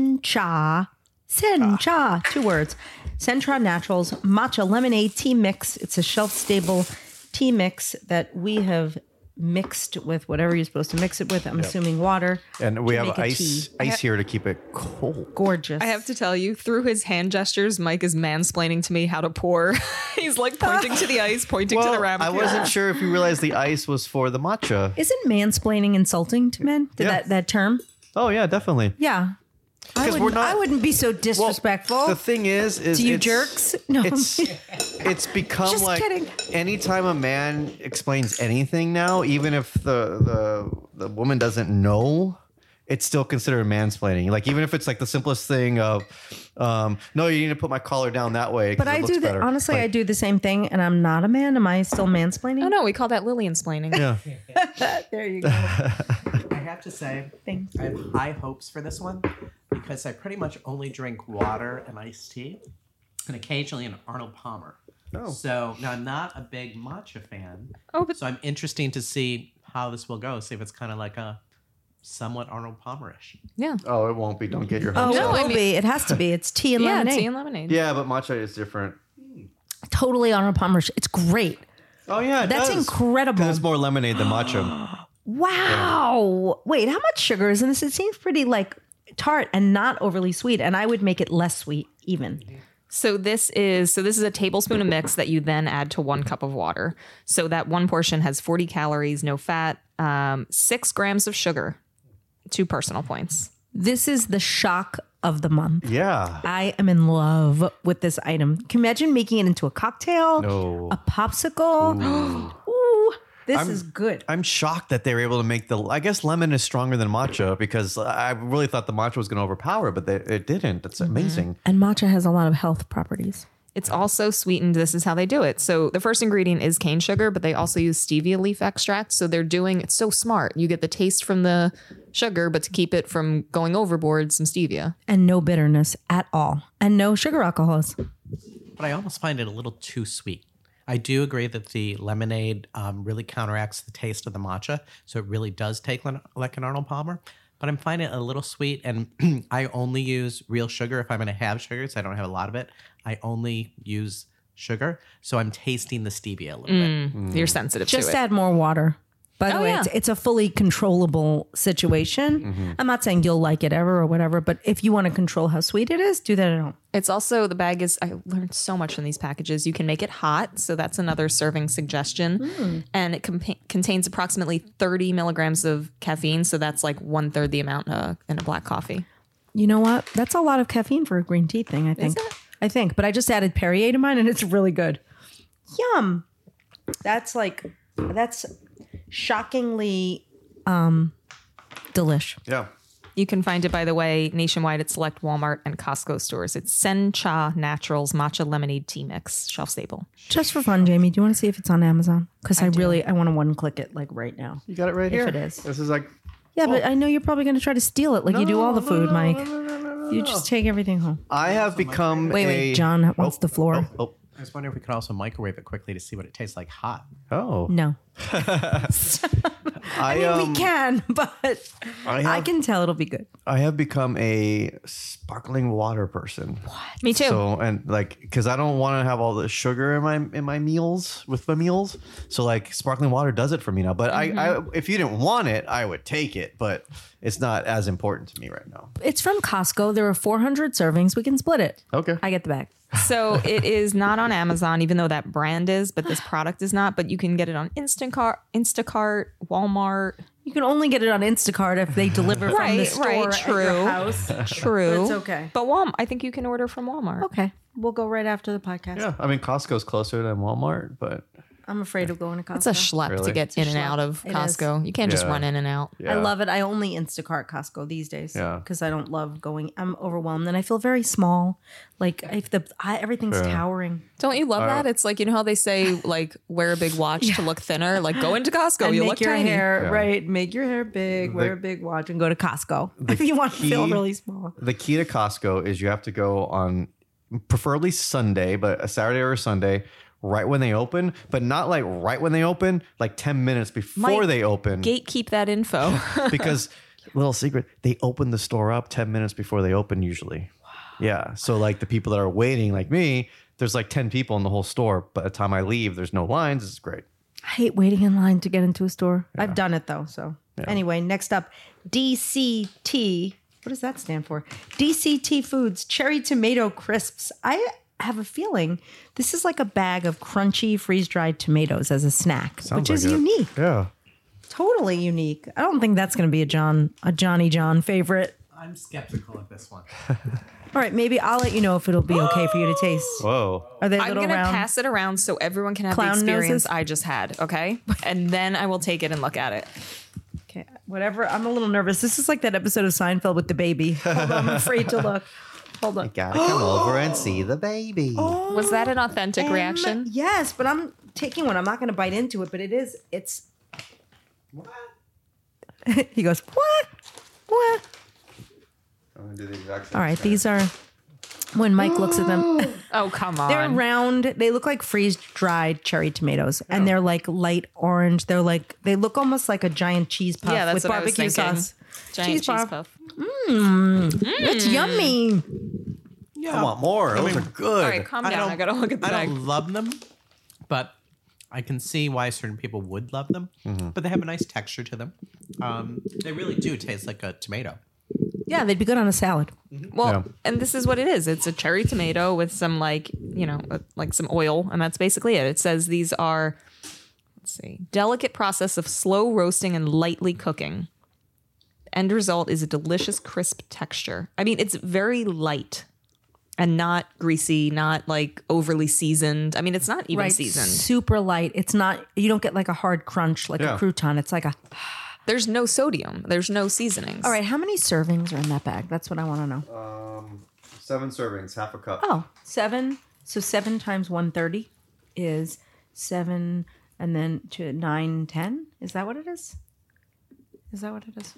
S2: Sencha. Sencha, two words. Sencha Naturals Matcha Lemonade Tea Mix. It's a shelf stable tea mix that we have mixed with whatever you're supposed to mix it with. I'm assuming water.
S3: And we
S2: to
S3: have
S2: make a
S3: ice
S2: tea.
S3: ice here to keep it cold.
S2: Gorgeous.
S1: I have to tell you, through his hand gestures, Mike is mansplaining to me how to pour. He's like pointing to the ice, pointing to the ramekin.
S3: I wasn't sure if you realized the ice was for the matcha.
S2: Isn't mansplaining insulting to men? Did
S3: Yeah.
S2: that that term?
S3: Oh yeah, definitely.
S2: Yeah. I
S3: 'Cause we're
S2: wouldn't,
S3: not-
S2: I wouldn't be so disrespectful.
S3: The thing is, is
S2: Oh. Do you
S3: it's-
S2: jerks? No.
S3: It's it's become
S2: Just
S3: like
S2: kidding.
S3: anytime a man explains anything now, even if the the the woman doesn't know. It's still considered mansplaining. Like even if it's like the simplest thing of, um, no, you need to put my collar down that way. 'cause
S2: but
S3: it
S2: I
S3: looks
S2: do that.
S3: better."
S2: Honestly,
S3: Like,
S2: I do the same thing, and I'm not a man. Am I still mansplaining?
S1: Oh no, we call that Lillian splaining.
S3: Yeah.
S2: There you go.
S6: I have to say,
S2: Thank
S6: I have high hopes for this one because I pretty much only drink water and iced tea, and occasionally an Arnold Palmer.
S3: Oh.
S6: So now I'm not a big matcha fan.
S1: Oh, but
S6: So I'm interesting to see how this will go. See if it's kind of like a somewhat Arnold Palmerish.
S1: yeah,
S3: Oh, it won't be. Don't get your
S2: Oh,
S3: hopes
S1: No,
S2: it
S3: up.
S2: will
S1: I mean-
S2: be. It has to be. It's tea and
S1: yeah,
S2: lemonade.
S1: tea and lemonade.
S3: Yeah, but matcha is different.
S2: Totally Arnold Palmer. It's great.
S3: Oh yeah, it
S2: That's
S3: does.
S2: incredible.
S3: 'Cause It's more lemonade than matcha.
S2: Wow. Wait, how much sugar is in this? It seems pretty like tart and not overly sweet. And I would make it less sweet even.
S1: So this is so this is a tablespoon of mix that you then add to one cup of water. So that one portion has 40 calories, no fat, um, six grams of sugar, two personal points.
S2: This is the shock of the month.
S3: yeah.
S2: I am in love with this item. Can you imagine making it into a cocktail?
S3: No.
S2: A popsicle? Ooh. this is good.
S3: I'm shocked that they were able to make the. I guess lemon is stronger than matcha because I really thought the matcha was going to overpower, it, but they, it didn't. That's
S2: Mm-hmm.
S3: amazing.
S2: and matcha has a lot of health properties.
S1: It's also sweetened. This is how they do it. So the first ingredient is cane sugar, but they also use stevia leaf extract. So they're doing it's so smart. You get the taste from the sugar, but to keep it from going overboard, some stevia.
S2: And no bitterness at all. And no sugar alcohols.
S6: but I almost find it a little too sweet. I do agree that the lemonade um, really counteracts the taste of the matcha, so it really does take len- like an Arnold Palmer. But I'm finding it a little sweet, and I only use real sugar if I'm going to have sugar, so I don't have a lot of it. I only use sugar, so I'm tasting the stevia a little bit.
S1: You're sensitive
S2: Just
S1: to it.
S2: add more water. By the
S1: Oh,
S2: way,
S1: yeah. Mm-hmm.
S2: it's, it's a fully controllable situation. I'm not saying you'll like it ever or whatever, but if you want to control how sweet it is, do that at home.
S1: It's also the bag is I learned so much from these packages. You can make it hot, so that's another serving suggestion. And it compa- contains approximately 30 milligrams of caffeine, so that's like one third the amount in a, in a black coffee.
S2: You know what? That's a lot of caffeine for a green tea thing, I think. I think, but I just added Perrier to mine and it's really good. Yum. That's like that's shockingly um delish.
S3: Yeah.
S1: You can find it, by the way, nationwide at select Walmart and Costco stores. It's Sencha Naturals Matcha Lemonade Tea Mix, shelf stable.
S2: Just for fun, Jamie, do you want to see if it's on Amazon? Cuz I, really I want to one click it like right now.
S3: You got it right
S2: If
S3: here.
S2: it is.
S3: This is like.
S2: Yeah,
S3: Oh.
S2: but I know you're probably going to try to steal it like you do all the food, Mike. You just take everything home.
S3: I have become.
S2: Wait, wait,
S3: a-
S2: John wants the floor.
S3: Oh.
S6: I was wondering if we could also microwave it quickly to see what it tastes like hot.
S3: Oh.
S2: No.
S3: I, um,
S2: we can, but
S3: I
S2: I
S3: have-
S2: can tell it'll be good.
S3: I have become a sparkling water person.
S1: Me too.
S3: So and like because I don't want to have all the sugar in my in my meals with my meals. So like sparkling water does it for me now. But I, I if you didn't want it, I would take it. But it's not as important to me right now.
S2: It's from Costco. There are 400 servings. We can split it.
S3: Okay.
S2: I get the bag.
S1: so it is not on Amazon, even though that brand is, but this product is not. But you can get it on Instacart, Instacart, Walmart.
S2: You can only get it on Instacart if they deliver from the
S1: Right,
S2: store
S1: right,
S2: at your
S1: true.
S2: house.
S1: True.
S2: That's okay.
S1: But Walmart, I think you can order from Walmart.
S2: Okay, we'll go right after the podcast.
S3: yeah, I mean Costco's closer than Walmart, but
S2: I'm afraid of going to Costco.
S1: It's a schlep
S3: Really?
S1: to get in and
S2: schlep.
S1: out of
S2: It
S1: Costco. You can't just
S3: Yeah.
S1: run in and out.
S3: yeah.
S2: I love it. I only Instacart Costco these days.
S3: Yeah.
S2: Because I don't love going. I'm overwhelmed and I feel very small. Like if the I, everything's towering.
S1: Don't you love that? It's like you know how they say like wear a big watch to look thinner. Like go into Costco,
S2: And
S1: you
S2: make
S1: look
S2: your
S1: tiny.
S2: hair right. Make your hair big. wear a big watch and go to Costco if you want to feel
S3: key-
S2: really small.
S3: The key to Costco is you have to go on preferably Sunday, but a Saturday or a Sunday, right when they open, but not like right when they open, like 10 minutes before
S1: Mike,
S3: they open.
S1: Gatekeep that info.
S3: because little secret, they open the store up 10 minutes before they open usually. Yeah. So like the people that are waiting like me, there's like 10 people in the whole store, but by the time I leave, there's no lines. It's great.
S2: hate waiting in line to get into a store. I've done it though. So anyway, next up, DCT. What does that stand for? DCT Foods Cherry Tomato Crisps. I have a feeling this is like a bag of crunchy freeze dried tomatoes as a snack,
S3: Sounds
S2: which is
S3: like it.
S2: unique,
S3: Yeah.
S2: totally unique. I don't think that's going to be a John a Johnny John favorite.
S6: I'm skeptical of this one.
S2: All right, maybe I'll let you know if it'll be okay for you to taste.
S3: Whoa.
S2: Are they
S1: I'm
S2: little
S1: gonna
S2: round?
S1: pass it around so everyone can have
S2: Clown
S1: the experience
S2: noses?
S1: I just had. Okay, and then I will take it and look at it.
S2: Okay, whatever. I'm a little nervous. This is like that episode of Seinfeld with the baby. Hold on, I'm afraid to look. Hold on.
S3: Gotta come over and see the baby.
S1: Was that an authentic
S2: Um,
S1: reaction?
S2: yes, but I'm taking one. I'm not going to bite into it, but it is. It's. What? he goes. What? What?
S3: I'm gonna do the exact same
S2: All right,
S3: thing.
S2: these are. When Mike looks at them,
S1: Oh come
S2: they're
S1: on!
S2: round. They look like freeze dried cherry tomatoes,
S1: Oh.
S2: and they're like light orange. They're like they look almost like a giant cheese puff
S1: Yeah, that's
S2: with
S1: what I was
S2: barbecue
S1: thinking.
S2: sauce.
S1: Giant
S2: Cheese
S1: cheese,
S2: bar.
S1: puff.
S2: It's yummy.
S3: I want more. Those are good.
S1: All right, calm
S6: I
S1: down.
S6: don't-
S1: I gotta look at the
S6: I
S1: bag.
S6: don't love them, but I can see why certain people would love them. But they have a nice texture to them. Um, they really do taste like a tomato.
S2: Yeah, they'd be good on a salad.
S1: Well,
S3: Yeah.
S1: and this is what it is. It's a cherry tomato with some like you know uh, like some oil, and that's basically it. It says these are let's see delicate process of slow roasting and lightly cooking. End result is a delicious crisp texture. I mean, it's very light and not greasy, not like overly seasoned. I mean, it's not even seasoned.
S2: Super light. It's not. You don't get like a hard crunch like
S3: Yeah.
S2: a crouton. It's like a.
S1: There's no sodium. There's no seasonings.
S2: All right, how many servings are in that bag? That's what I want to know.
S3: Seven servings, half a cup.
S2: Oh, seven. So seven times one thirty is seven, and then to nine ten. Is that what it is? Is that what it is?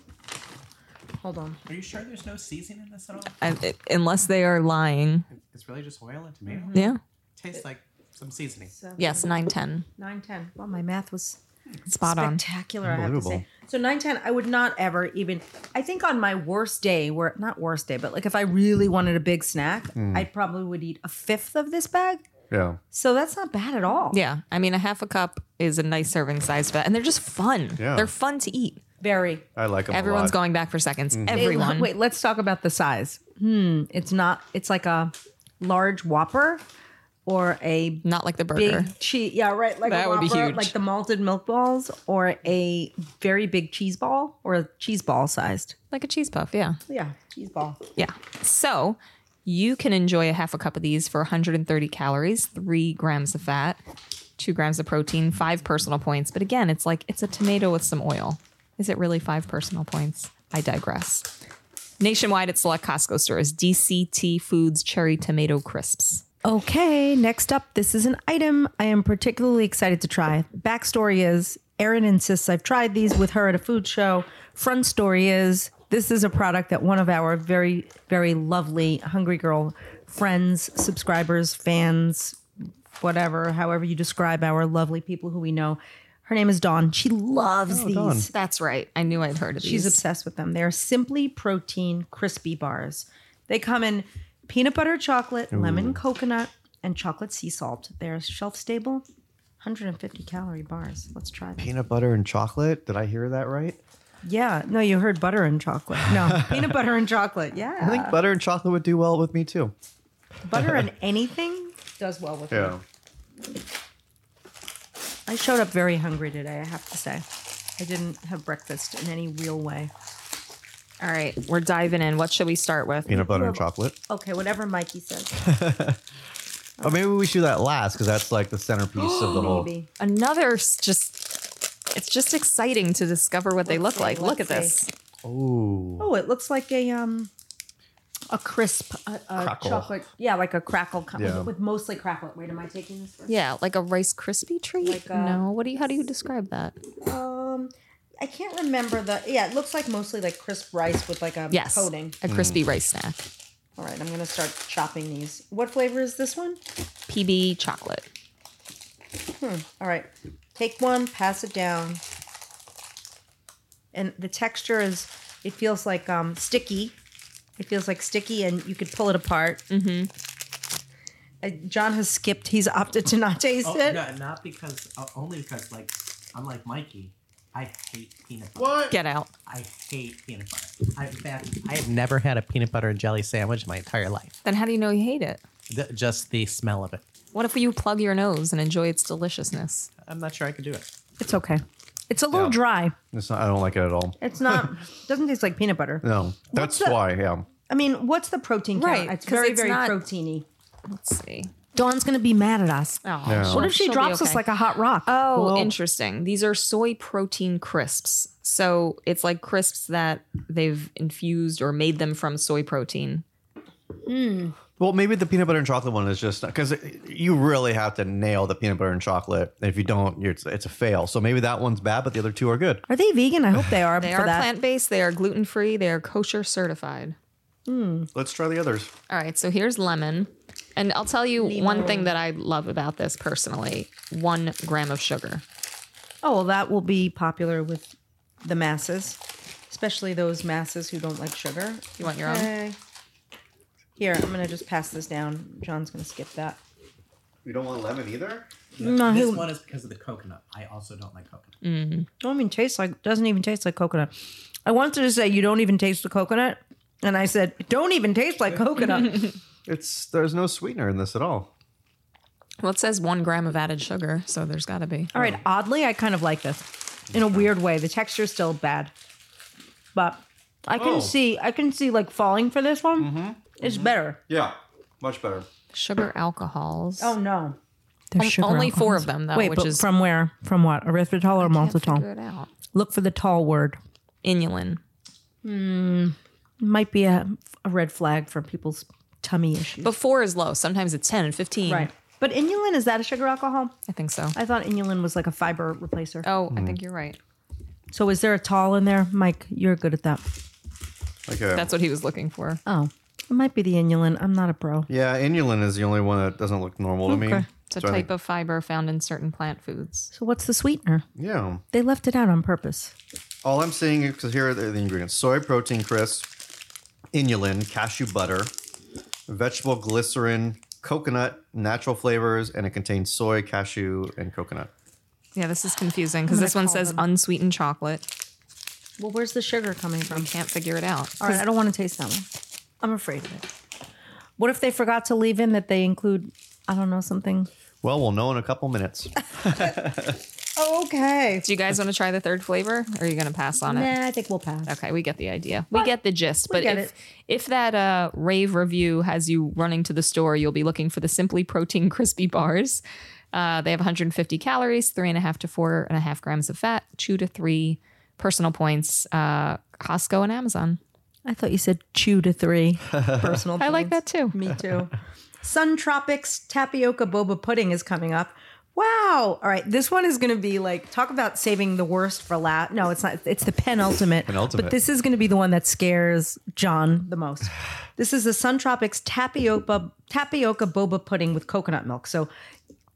S2: Hold on.
S6: Are you sure there's no seasoning in this at all?
S1: And it- unless they are lying.
S6: It's really just oil and tomato.
S1: Yeah.
S6: Tastes like some seasoning.
S1: Yes, nine ten.
S2: Nine ten. Well, my math was
S1: Spot on.
S2: spectacular. I have to say.
S3: Unbelievable.
S2: So nine ten, I would not ever even. I think on my worst day, where not worst day, but like if I really wanted a big snack, I probably would eat a fifth of this bag.
S3: Yeah.
S2: So that's not bad at all.
S1: Yeah, I mean, a half a cup is a nice serving size for that, and they're just fun.
S3: Yeah.
S1: They're fun to eat.
S2: Very.
S3: I like them.
S1: Everyone's
S3: a lot. Mm-hmm.
S1: going back for seconds.
S2: Hey,
S1: Everyone.
S2: Wait, let's talk about the size. Hmm, it's not. It's like a large Whopper or a
S1: Not like the burger.
S2: big cheese. Yeah, right. Like
S1: That
S2: a
S1: would be
S2: Whopper,
S1: huge.
S2: like the malted milk balls or a very big cheese ball or a cheese ball sized.
S1: Like a cheese puff, yeah.
S2: Yeah, cheese ball.
S1: Yeah. So you can enjoy a half a cup of these for 130 calories, three grams of fat, two grams of protein, five personal points. But again, it's like it's a tomato with some oil. Is it really five personal points? I digress. Nationwide at select Costco stores, DCT Foods Cherry Tomato Crisps.
S2: Okay, next up, this is an item I am particularly excited to try. Backstory is Erin insists I've tried these with her at a food show. Front story is this is a product that one of our very, very lovely Hungry Girl friends, subscribers, fans, whatever, however you describe our lovely people who we know. Her name is Dawn. She loves these.
S1: That's right. I knew I'd heard of
S2: She's
S1: these.
S2: obsessed with them. They are simply protein crispy bars. They come in peanut butter chocolate, lemon coconut, and chocolate sea salt. They're shelf stable, 150 calorie bars. Let's try them.
S3: Peanut butter and chocolate. Did I hear that right?
S2: Yeah, no, you heard butter and chocolate. No, peanut butter and chocolate.
S3: I
S2: Yeah,
S3: think butter and chocolate would do well with me too.
S2: butter and anything does well with me. I showed up very hungry today. I have to say, I didn't have breakfast in any real way.
S1: All right, we're diving in. What should we start with?
S3: Peanut butter and chocolate.
S2: Okay, whatever Mikey says.
S3: Or maybe we should do that last because that's like the centerpiece of the whole.
S2: Maybe.
S1: Another s- just it's just exciting to discover what they
S2: Let's
S1: look
S2: see,
S1: like. Look at
S2: let's
S1: this.
S3: Oh,
S2: Oh, it looks like a um a crisp a, a
S3: Crackle.
S2: chocolate. Yeah, like a crackle co-
S3: Yeah.
S2: with, with mostly crackle. Wait, am I taking this? First?
S1: Yeah, like a Rice Krispie treat.
S2: Like a-
S1: no, what do you? How do you describe that?
S2: Um I can't remember the yeah, it looks like mostly like crisp rice with like a
S1: Yes,
S2: coating.
S1: a crispy rice snack.
S2: All right, I'm going to start chopping these. What flavor is this one?
S1: PB chocolate.
S2: All right. Take one, pass it down. And the texture is it feels like um sticky. It feels like sticky and you could pull it apart. Mhm. John has skipped. He's opted to not taste
S6: Oh,
S2: it.
S6: no, not because uh, only because like Unlike Mikey, I hate peanut butter.
S4: What?
S1: Get out.
S6: I hate peanut butter. I, in fact, I have never had a peanut butter and jelly sandwich in my entire life.
S1: Then how do you know you hate it?
S6: Th- just the smell of it.
S1: What if you plug your nose and enjoy its deliciousness?
S6: I'm not sure I could do it.
S2: It's okay. It's a little
S3: Yeah.
S2: dry.
S3: It's not, I don't like it at all.
S2: It's not. doesn't taste like peanut butter.
S3: No, that's
S2: the-
S3: why. Yeah,
S2: I mean, what's the protein count?
S1: Right,
S2: It's
S1: 'cause
S2: very,
S1: it's
S2: very
S1: not-
S2: proteiny.
S1: Let's see.
S2: Dawn's gonna be mad at us.
S1: Oh,
S3: Yeah.
S2: What if she
S1: she'll be
S2: drops us
S1: okay.
S2: like a hot rock?
S1: Oh,
S2: Well,
S1: interesting. These are soy protein crisps. So it's like crisps that they've infused or made them from soy protein.
S3: Well, maybe the peanut butter and chocolate one is just because you really have to nail the peanut butter and chocolate. If you don't, you're, it's, it's a fail. So maybe that one's bad, but the other two are good.
S2: Are they vegan? I hope they are.
S1: They
S2: for
S1: are
S2: that.
S1: plant based, they are gluten free, they are kosher certified.
S3: Let's try the others.
S1: All right, so here's lemon. And I'll tell you one thing that I love about this personally one gram of sugar.
S2: Oh, well, that will be popular with the masses, especially those masses who don't like sugar.
S1: You want your own?
S2: Okay. Here, I'm gonna just pass this down. John's gonna skip that.
S3: You don't want lemon either.
S2: No,
S6: this
S2: Uh, who?
S6: one is because of the coconut. I also don't like coconut.
S2: don't even taste like. Doesn't even taste like coconut. I wanted to say you don't even taste the coconut, and I said don't even taste like coconut.
S3: It's there's no sweetener in this at all.
S1: Well, it says one gram of added sugar, so there's got to be.
S2: All right. Oddly, I kind of like this in a weird way. The texture's still bad, but I can
S3: Oh.
S2: see. I can see like falling for this one. It's better.
S3: Yeah, much better.
S1: Sugar alcohols.
S2: Oh no.
S1: Um, only four of them though,
S2: Wait,
S1: which
S2: but
S1: is
S2: from where? From what? Erythritol or
S1: Can't figure
S2: maltitol?
S1: it out.
S2: Look for the tall word.
S1: Inulin.
S2: Might be a, a red flag for people's tummy issues.
S1: But four is low. Sometimes it's ten and fifteen.
S2: right. But inulin is that a sugar alcohol?
S1: I think so.
S2: I thought inulin was like a fiber replacer.
S1: Oh, I think you're right.
S2: So is there a tall in there, Mike? You're good at that.
S3: Okay.
S1: That's what he was looking for.
S2: Oh, it might be the inulin. I'm not a pro.
S3: yeah, inulin is the only one that doesn't look normal to me.
S2: Okay.
S1: It's a
S3: So I
S1: type
S3: think-
S1: of fiber found in certain plant foods.
S2: So what's the sweetener?
S3: Yeah.
S2: They left it out on purpose.
S3: All I'm seeing is because here are the the ingredients: soy protein crisp, inulin, cashew butter, vegetable glycerin, coconut, natural flavors, and it contains soy, cashew, and coconut.
S1: Yeah, this is confusing because this one says unsweetened chocolate.
S2: Well, where's the sugar coming
S1: We
S2: from?
S1: can't figure it out.
S2: All right, I don't want to taste that one. I'm afraid of it. What if they forgot to leave in that they include, I don't know, something?
S3: Well, we'll know in a couple minutes.
S2: Oh, Okay.
S1: Do you guys want to try the third flavor? Or are you going to pass on it?
S2: Nah, I think we'll pass.
S1: Okay, we get the idea. We get the gist. But
S2: get
S1: if
S2: it.
S1: if that uh, rave review has you running to the store, you'll be looking for the Simply Protein Crispy Bars. Uh, they have 150 calories, three and a half to four and a half grams of fat, two to three personal points. Uh, Costco and Amazon.
S2: I thought you said two to three personal.
S1: I like that too.
S2: Me too. Sun Tropics tapioca boba pudding is coming up. Wow. All right. This one is going to be like, talk about saving the worst for last. No, it's not. It's the penultimate.
S3: Penultimate.
S2: But this is going to be the one that scares John the most. This is the Sun Tropics tapioca, tapioca boba pudding with coconut milk. So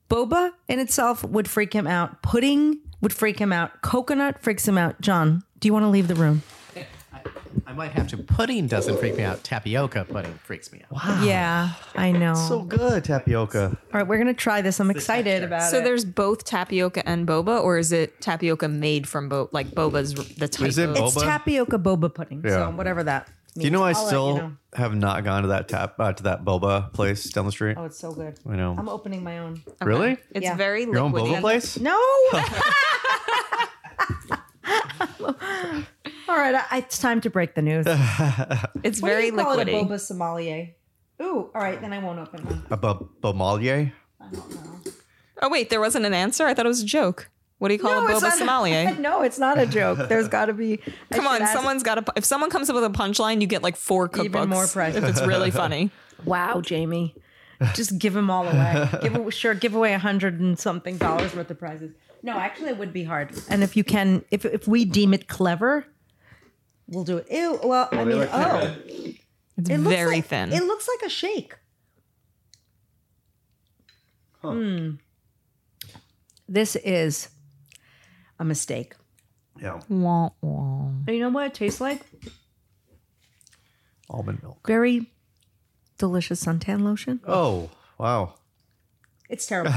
S2: boba in itself would freak him out. Pudding would freak him out. Coconut freaks him out. John, do you want to leave the room?
S6: I might have to. Pudding doesn't freak me out. Tapioca pudding freaks me out.
S2: Yeah, I know.
S3: Ah. so good, tapioca.
S2: All right, we're gonna try this. I'm excited about
S1: So
S2: it.
S1: there's both tapioca and boba, or is it tapioca made from boba? Like boba's r- the type.
S3: Is it
S1: of-
S3: boba?
S2: it's tapioca boba pudding.
S3: Yeah.
S2: So whatever that. Means.
S3: You know, I
S2: I'll let
S3: still
S2: you know.
S3: have not gone to that tap uh, to that boba place down the street.
S2: Oh, it's so good.
S3: I know.
S2: I'm opening my own.
S3: Really?
S1: It's
S2: Yeah.
S1: very
S3: Your own
S1: liquidy.
S3: boba place?
S2: No. All right, I, it's time to break the news. What
S1: It's
S2: do
S1: very
S2: you call it, a
S1: liquidy.
S2: boba sommelier? Ooh, all right, then I won't open one.
S3: A bo- bomalier?
S1: Oh wait, there wasn't an answer. I thought it was a joke. What do you call a boba
S2: not,
S1: sommelier?
S2: No, it's not a joke. There's got to be. I
S1: Come
S2: should
S1: on,
S2: ask-
S1: someone's got to. If someone comes up with a punchline, you get like four cookbooks.
S2: Even more pressure.
S1: If it's really funny.
S2: Wow, Jamie. Just give them all away. give a- sure, give away a hundred and something dollars worth of prizes. No, actually, it would be hard. And if you can, if if we deem it clever, we'll do it. Ew. Well, I mean, oh,
S1: It's
S2: it looks
S1: very
S2: like-
S1: thin.
S2: It looks like a shake. Hmm. This is a mistake.
S3: Yeah.
S1: Wah, wah.
S2: But you know what it tastes like?
S3: Almond milk.
S2: Very delicious suntan lotion.
S3: Oh, wow.
S2: It's terrible.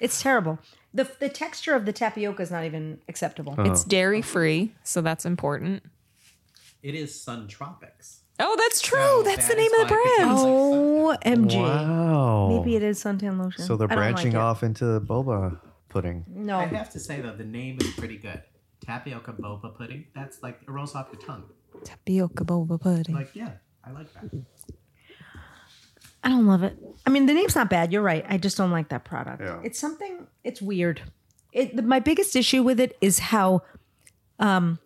S2: it's terrible. The, the texture of the tapioca is not even acceptable.
S1: It's dairy free, so that's important.
S6: It is Sun Tropics.
S1: Oh, that's true.
S6: So
S1: that's
S6: that
S1: the name
S6: is
S1: of the
S6: why I
S1: brand.
S6: think-
S2: OMG.
S3: Wow.
S2: Maybe it is suntan lotion.
S3: So they're
S2: I don't like
S3: branching
S2: it.
S3: off into the boba pudding.
S2: No.
S6: I have to say though, the name is pretty good. Tapioca boba pudding. That's like it rolls off your tongue.
S1: Tapioca boba pudding.
S6: Like yeah, I like that.
S2: I don't love it. I mean, the name's not bad. You're right. I just don't like that product.
S3: Yeah.
S2: It's something. It's weird. It. The, my biggest issue with it is how, um,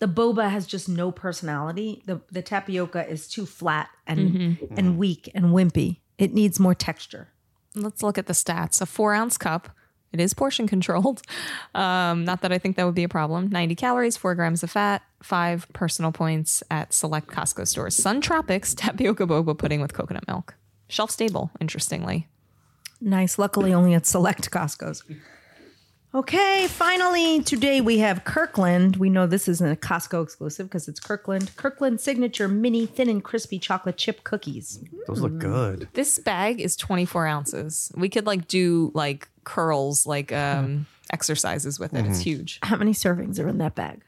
S2: the boba has just no personality. The the tapioca is too flat and and weak and wimpy. It needs more texture.
S1: Oh, Let's look at the stats. A four ounce cup. It is portion controlled. Um, not that I think that would be a problem. 90 calories, four grams of fat, five personal points at select Costco stores. Sun Tropics tapioca boba pudding with coconut milk. Shelf stable, interestingly.
S2: Nice. Luckily, only at select Costco's. Okay, finally, today we have Kirkland. We know this isn't a Costco exclusive because it's Kirkland. Kirkland Signature Mini Thin and Crispy Chocolate Chip Cookies.
S3: Those
S2: Mm-hmm.
S3: look good.
S1: This bag is 24 ounces. We could like do like curls, like um, exercises with it. It's huge.
S2: How many servings are in that bag?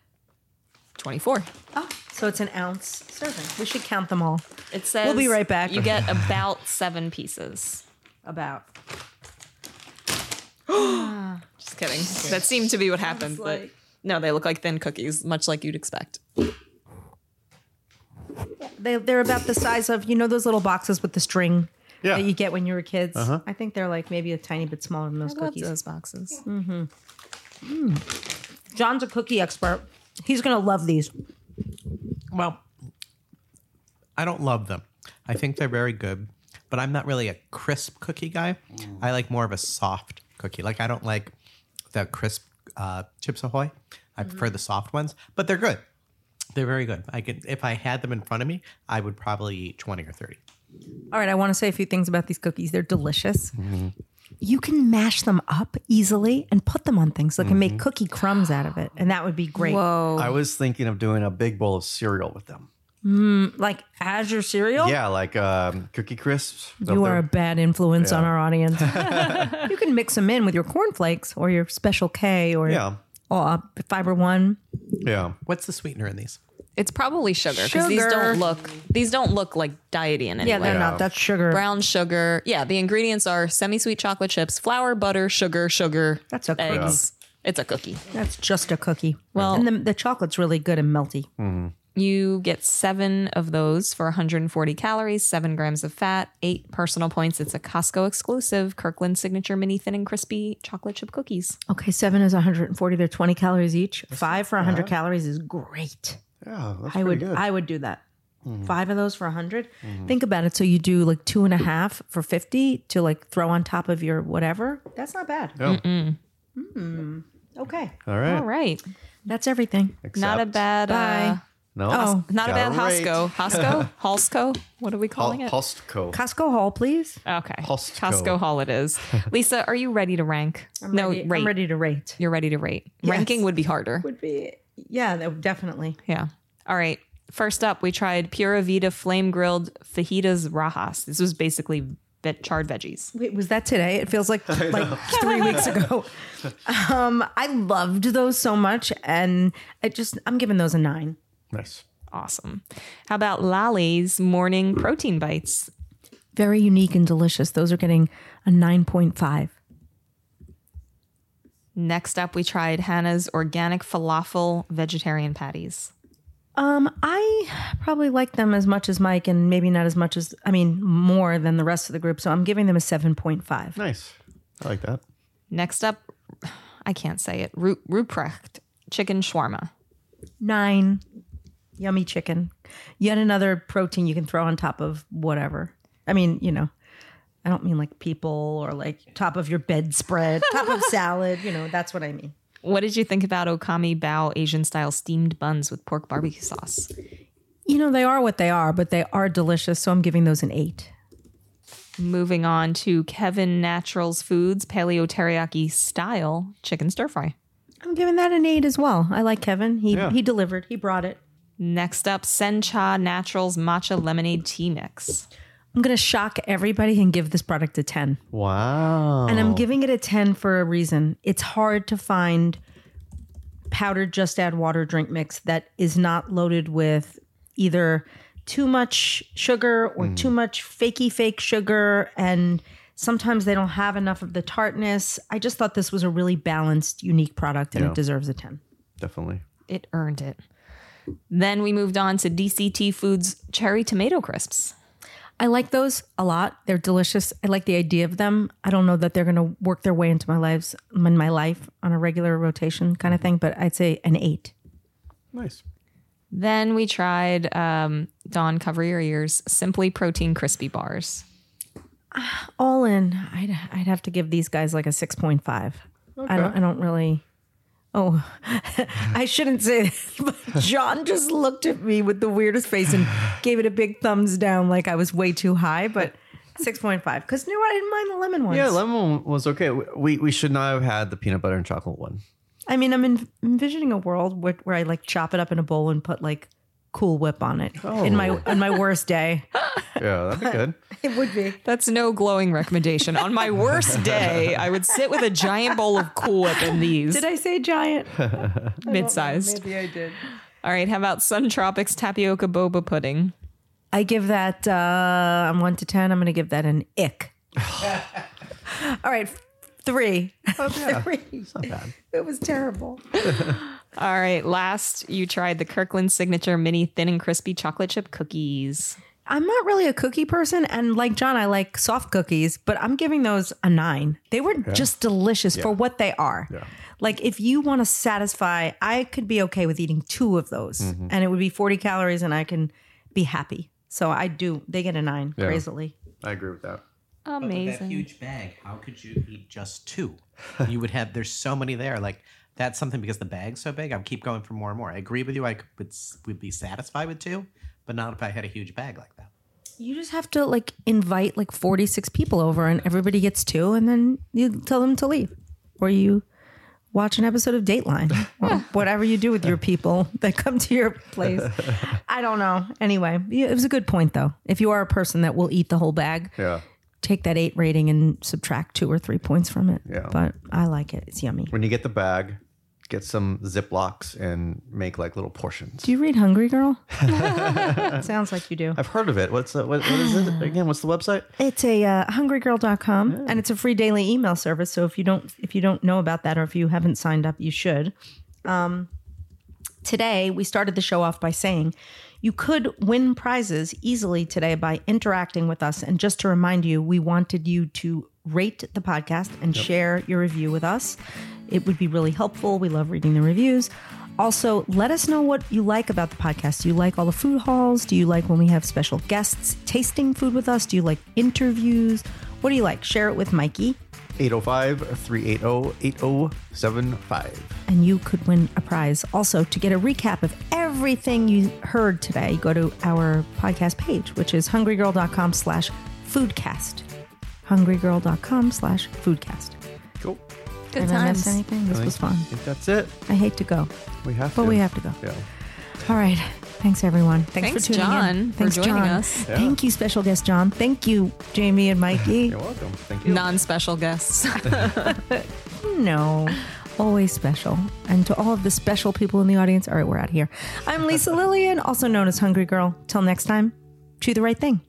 S1: 24.
S2: Oh, so it's an ounce serving. We should count them all.
S1: It says
S2: We'll be right back.
S1: You get about seven pieces.
S2: About.
S1: Just kidding. That seemed to be what happened, but
S2: like-
S1: no, they look like thin cookies, much like you'd expect.
S2: They, they're about the size of, you know, those little boxes with the string
S3: Yeah.
S2: that you get when you were kids? I think they're like maybe a tiny bit smaller than those
S1: Cookies.
S2: cookies.
S1: Those boxes.
S2: John's a cookie expert. He's going to love these.
S6: Well, I don't love them. I think they're very good, but I'm not really a crisp cookie guy. I like more of a soft cookie. Like I don't like the crisp uh, Chips Ahoy. I prefer the soft ones, but they're good. They're very good. I could, if I had them in front of me, I would probably eat twenty or thirty.
S2: All right, I want to say a few things about these cookies. They're delicious.
S3: Mm-hmm.
S2: You can mash them up easily and put them on things. Like, and
S3: Mm-hmm.
S2: make cookie crumbs out of it, and that would be great.
S1: Whoa.
S3: I was thinking of doing a big bowl of cereal with them.
S2: Like as your cereal.
S3: Yeah, like um, cookie crisps.
S2: Oh. You are a bad influence on our audience. you can mix them in with your cornflakes or your Special K or
S3: Yeah.
S2: or, uh, Fiber One.
S3: Yeah.
S6: What's the sweetener in these?
S1: It's probably sugar because these
S2: Sugar.
S1: don't look these don't look like diety in any
S2: Yeah,
S1: way.
S2: they're not. That's sugar.
S1: Brown sugar. Yeah, the ingredients are semi-sweet chocolate chips, flour, butter, sugar, sugar.
S2: That's a cookie.
S1: eggs. It's a cookie.
S2: That's just a cookie.
S1: Well-
S2: and the, the chocolate's really good and melty.
S3: Mm.
S1: You get seven of those for 140 calories, seven grams of fat, eight personal points. It's a Costco exclusive Kirkland Signature Mini Thin and Crispy Chocolate Chip Cookies.
S2: Okay, seven is 140. They're 20 calories each. Five for 100 calories is great.
S3: Yeah. That's
S2: I
S3: pretty
S2: would
S3: good. Mm-hmm.
S2: I would do that. Five of those for a 100 Think about it. So you do like two and a half for fifty to like throw on top of your whatever. That's not bad. Mm-hmm.
S3: Yeah.
S2: Okay,
S3: All right.
S1: All right.
S2: that's everything.
S1: Not a
S3: Hmm. Except-
S1: bad uh,
S2: Bye.
S3: No.
S2: Oh.
S1: not a
S3: Got
S1: bad
S3: it right.
S1: Hosco. Hosco? Halsco? What are we calling it?
S3: Postco.
S2: Costco Hall, please.
S1: Okay.
S3: Costco.
S1: Costco Hall it is. Lisa, are you ready to rank?
S2: I'm
S1: no,
S2: ready,
S1: rate.
S2: I'm ready to rate.
S1: You're ready to rate. Ranking would be harder.
S2: Would be yeah, that would definitely.
S1: Yeah. All right. First up, we tried Pura Vida flame grilled fajitas rajas. This was basically ve- charred veggies.
S2: Wait, was that today? It feels like like three weeks ago. Um, I loved those so much, and I just I'm giving those a nine.
S3: Nice.
S1: Awesome. How about Lali's morning protein bites?
S2: Very unique and delicious. Those are getting a nine point five.
S1: Next up, we tried Hannah's organic falafel vegetarian patties.
S2: Um, I probably like them as much as Mike, and maybe not as much as I mean more than the rest of the group. So I'm giving them a seven point five.
S3: Nice. I like that.
S1: Next up, I can't say it. Ru- Ruprecht chicken shawarma.
S2: Nine, yummy chicken. Yet another protein you can throw on top of whatever. I mean, you know, I don't mean like people or like top of your bedspread, top of salad. You know, that's what I mean.
S1: What did you think about Okami Bao Asian style steamed buns with pork barbecue sauce?
S2: You know, they are what they are, but they are delicious. So I'm giving those an eight.
S1: Moving on to Kevin Naturals Foods paleo teriyaki style chicken stir fry.
S2: I'm giving that an eight as well. I like Kevin. He he delivered. He brought it.
S1: Next up, Sencha Naturals Matcha Lemonade Tea Mix.
S2: I'm going to shock everybody and give this product a 10.
S3: Wow.
S2: And I'm giving it a 10 for a reason. It's hard to find powdered just add water drink mix that is not loaded with either too much sugar or too much fakey fake sugar and sometimes they don't have enough of the tartness. I just thought this was a really balanced, unique product and
S3: Yeah.
S2: it deserves a 10.
S3: Definitely.
S1: It earned it. Then we moved on to DCT Foods cherry tomato crisps.
S2: I like those a lot. They're delicious. I like the idea of them. I don't know that they're going to work their way into my lives in my life on a regular rotation kind of thing, but I'd say an 8.
S3: Nice.
S1: Then we tried um, Dawn cover your ears simply protein crispy bars.
S2: all in, I'd I'd have to give these guys like a six point five. I don't I don't really. Oh, I shouldn't say. that, But John just looked at me with the weirdest face and gave it a big thumbs down, like I was way too high. But six point five, because you know what? I didn't mind the lemon ones.
S3: Yeah, lemon was okay. We we should not have had the peanut butter and chocolate one.
S2: I mean, I'm en- envisioning a world where, where I like chop it up in a bowl and put like Cool Whip on it. In my on my worst day,
S3: Yeah, that'd be good.
S2: Oh. it would be.
S1: That's no glowing recommendation. On my worst day, I would sit with a giant bowl of Cool Whip and these
S2: Did I say giant?
S1: mid-sized.
S2: Maybe I did.
S1: All right, how about Sun Tropics tapioca boba pudding?
S2: I give that uh, on one to ten. I'm going to give that an ick. All right, three. three.
S3: Not bad.
S2: It was terrible.
S1: All right, last you tried the Kirkland signature mini thin and crispy chocolate chip cookies.
S2: I'm not really a cookie person, and like John, I like soft cookies, but I'm giving those a nine. They were just delicious for what they are. Like if you want to satisfy, I could be okay with eating two of those, and it would be 40 calories, and I can be happy. So I do. They get a nine
S3: Yeah.
S2: crazily.
S3: I agree with that.
S6: But with Oh, that
S1: Amazing.
S6: huge bag, how could you eat just two? You would have there's so many there. Like that's something because the bag's so big. I keep going for more and more. I agree with you. I could, would s- would be satisfied with two, but not if I had a huge bag like that.
S2: You just have to like invite like 46 people over and everybody gets two and then you tell them to leave or you watch an episode of Dateline or whatever you do with your people that come to your place. I don't know. Anyway, yeah, it was a good point though. If you are a person that will eat the whole bag,
S3: Yeah.
S2: take that 8 rating and subtract 2 or 3 points from it.
S3: Yeah.
S2: But I like it. It's yummy.
S3: When you get the bag, get some Ziplocs and make like little portions.
S2: Do you read Hungry Girl? Sounds like you do.
S3: I've heard of it. What's the, what, what is
S2: Ah.
S3: it again? What's the website?
S2: It's a uh, hungrygirl.com and it's a free daily email service. So if you don't if you don't know about that or if you haven't signed up, you should. Um, today we started the show off by saying you could win prizes easily today by interacting with us. And just to remind you, we wanted you to rate the podcast and share your review with us. It would be really helpful. We love reading the reviews. Also, let us know what you like about the podcast. Do you like all the food hauls? Do you like when we have special guests tasting food with us? Do you like interviews? What do you like? Share it with Mikey,
S3: 805 380 8075.
S2: and you could win a prize. Also, to get a recap of everything you heard today, go to our podcast page, which is hungrygirl.com slash foodcast. Hungrygirl.com slash foodcast.
S3: Cool.
S1: Good
S2: Did I miss anything? This was fun.
S3: I think that's it.
S2: I hate to go.
S3: We have
S2: But
S3: to.
S2: we have to go.
S3: Yeah.
S2: All right. Thanks, everyone. Thanks,
S1: Thanks,
S2: for tuning in.
S1: John, for joining us.
S2: Thank you, special guest John. Thank you, Jamie and Mikey.
S3: You're welcome. Thank you.
S1: Non special guests.
S2: no, always special. And to all of the special people in the audience, all right, we're out of here. I'm Lisa Lillian, also known as Hungry Girl. Till next time, chew the right thing.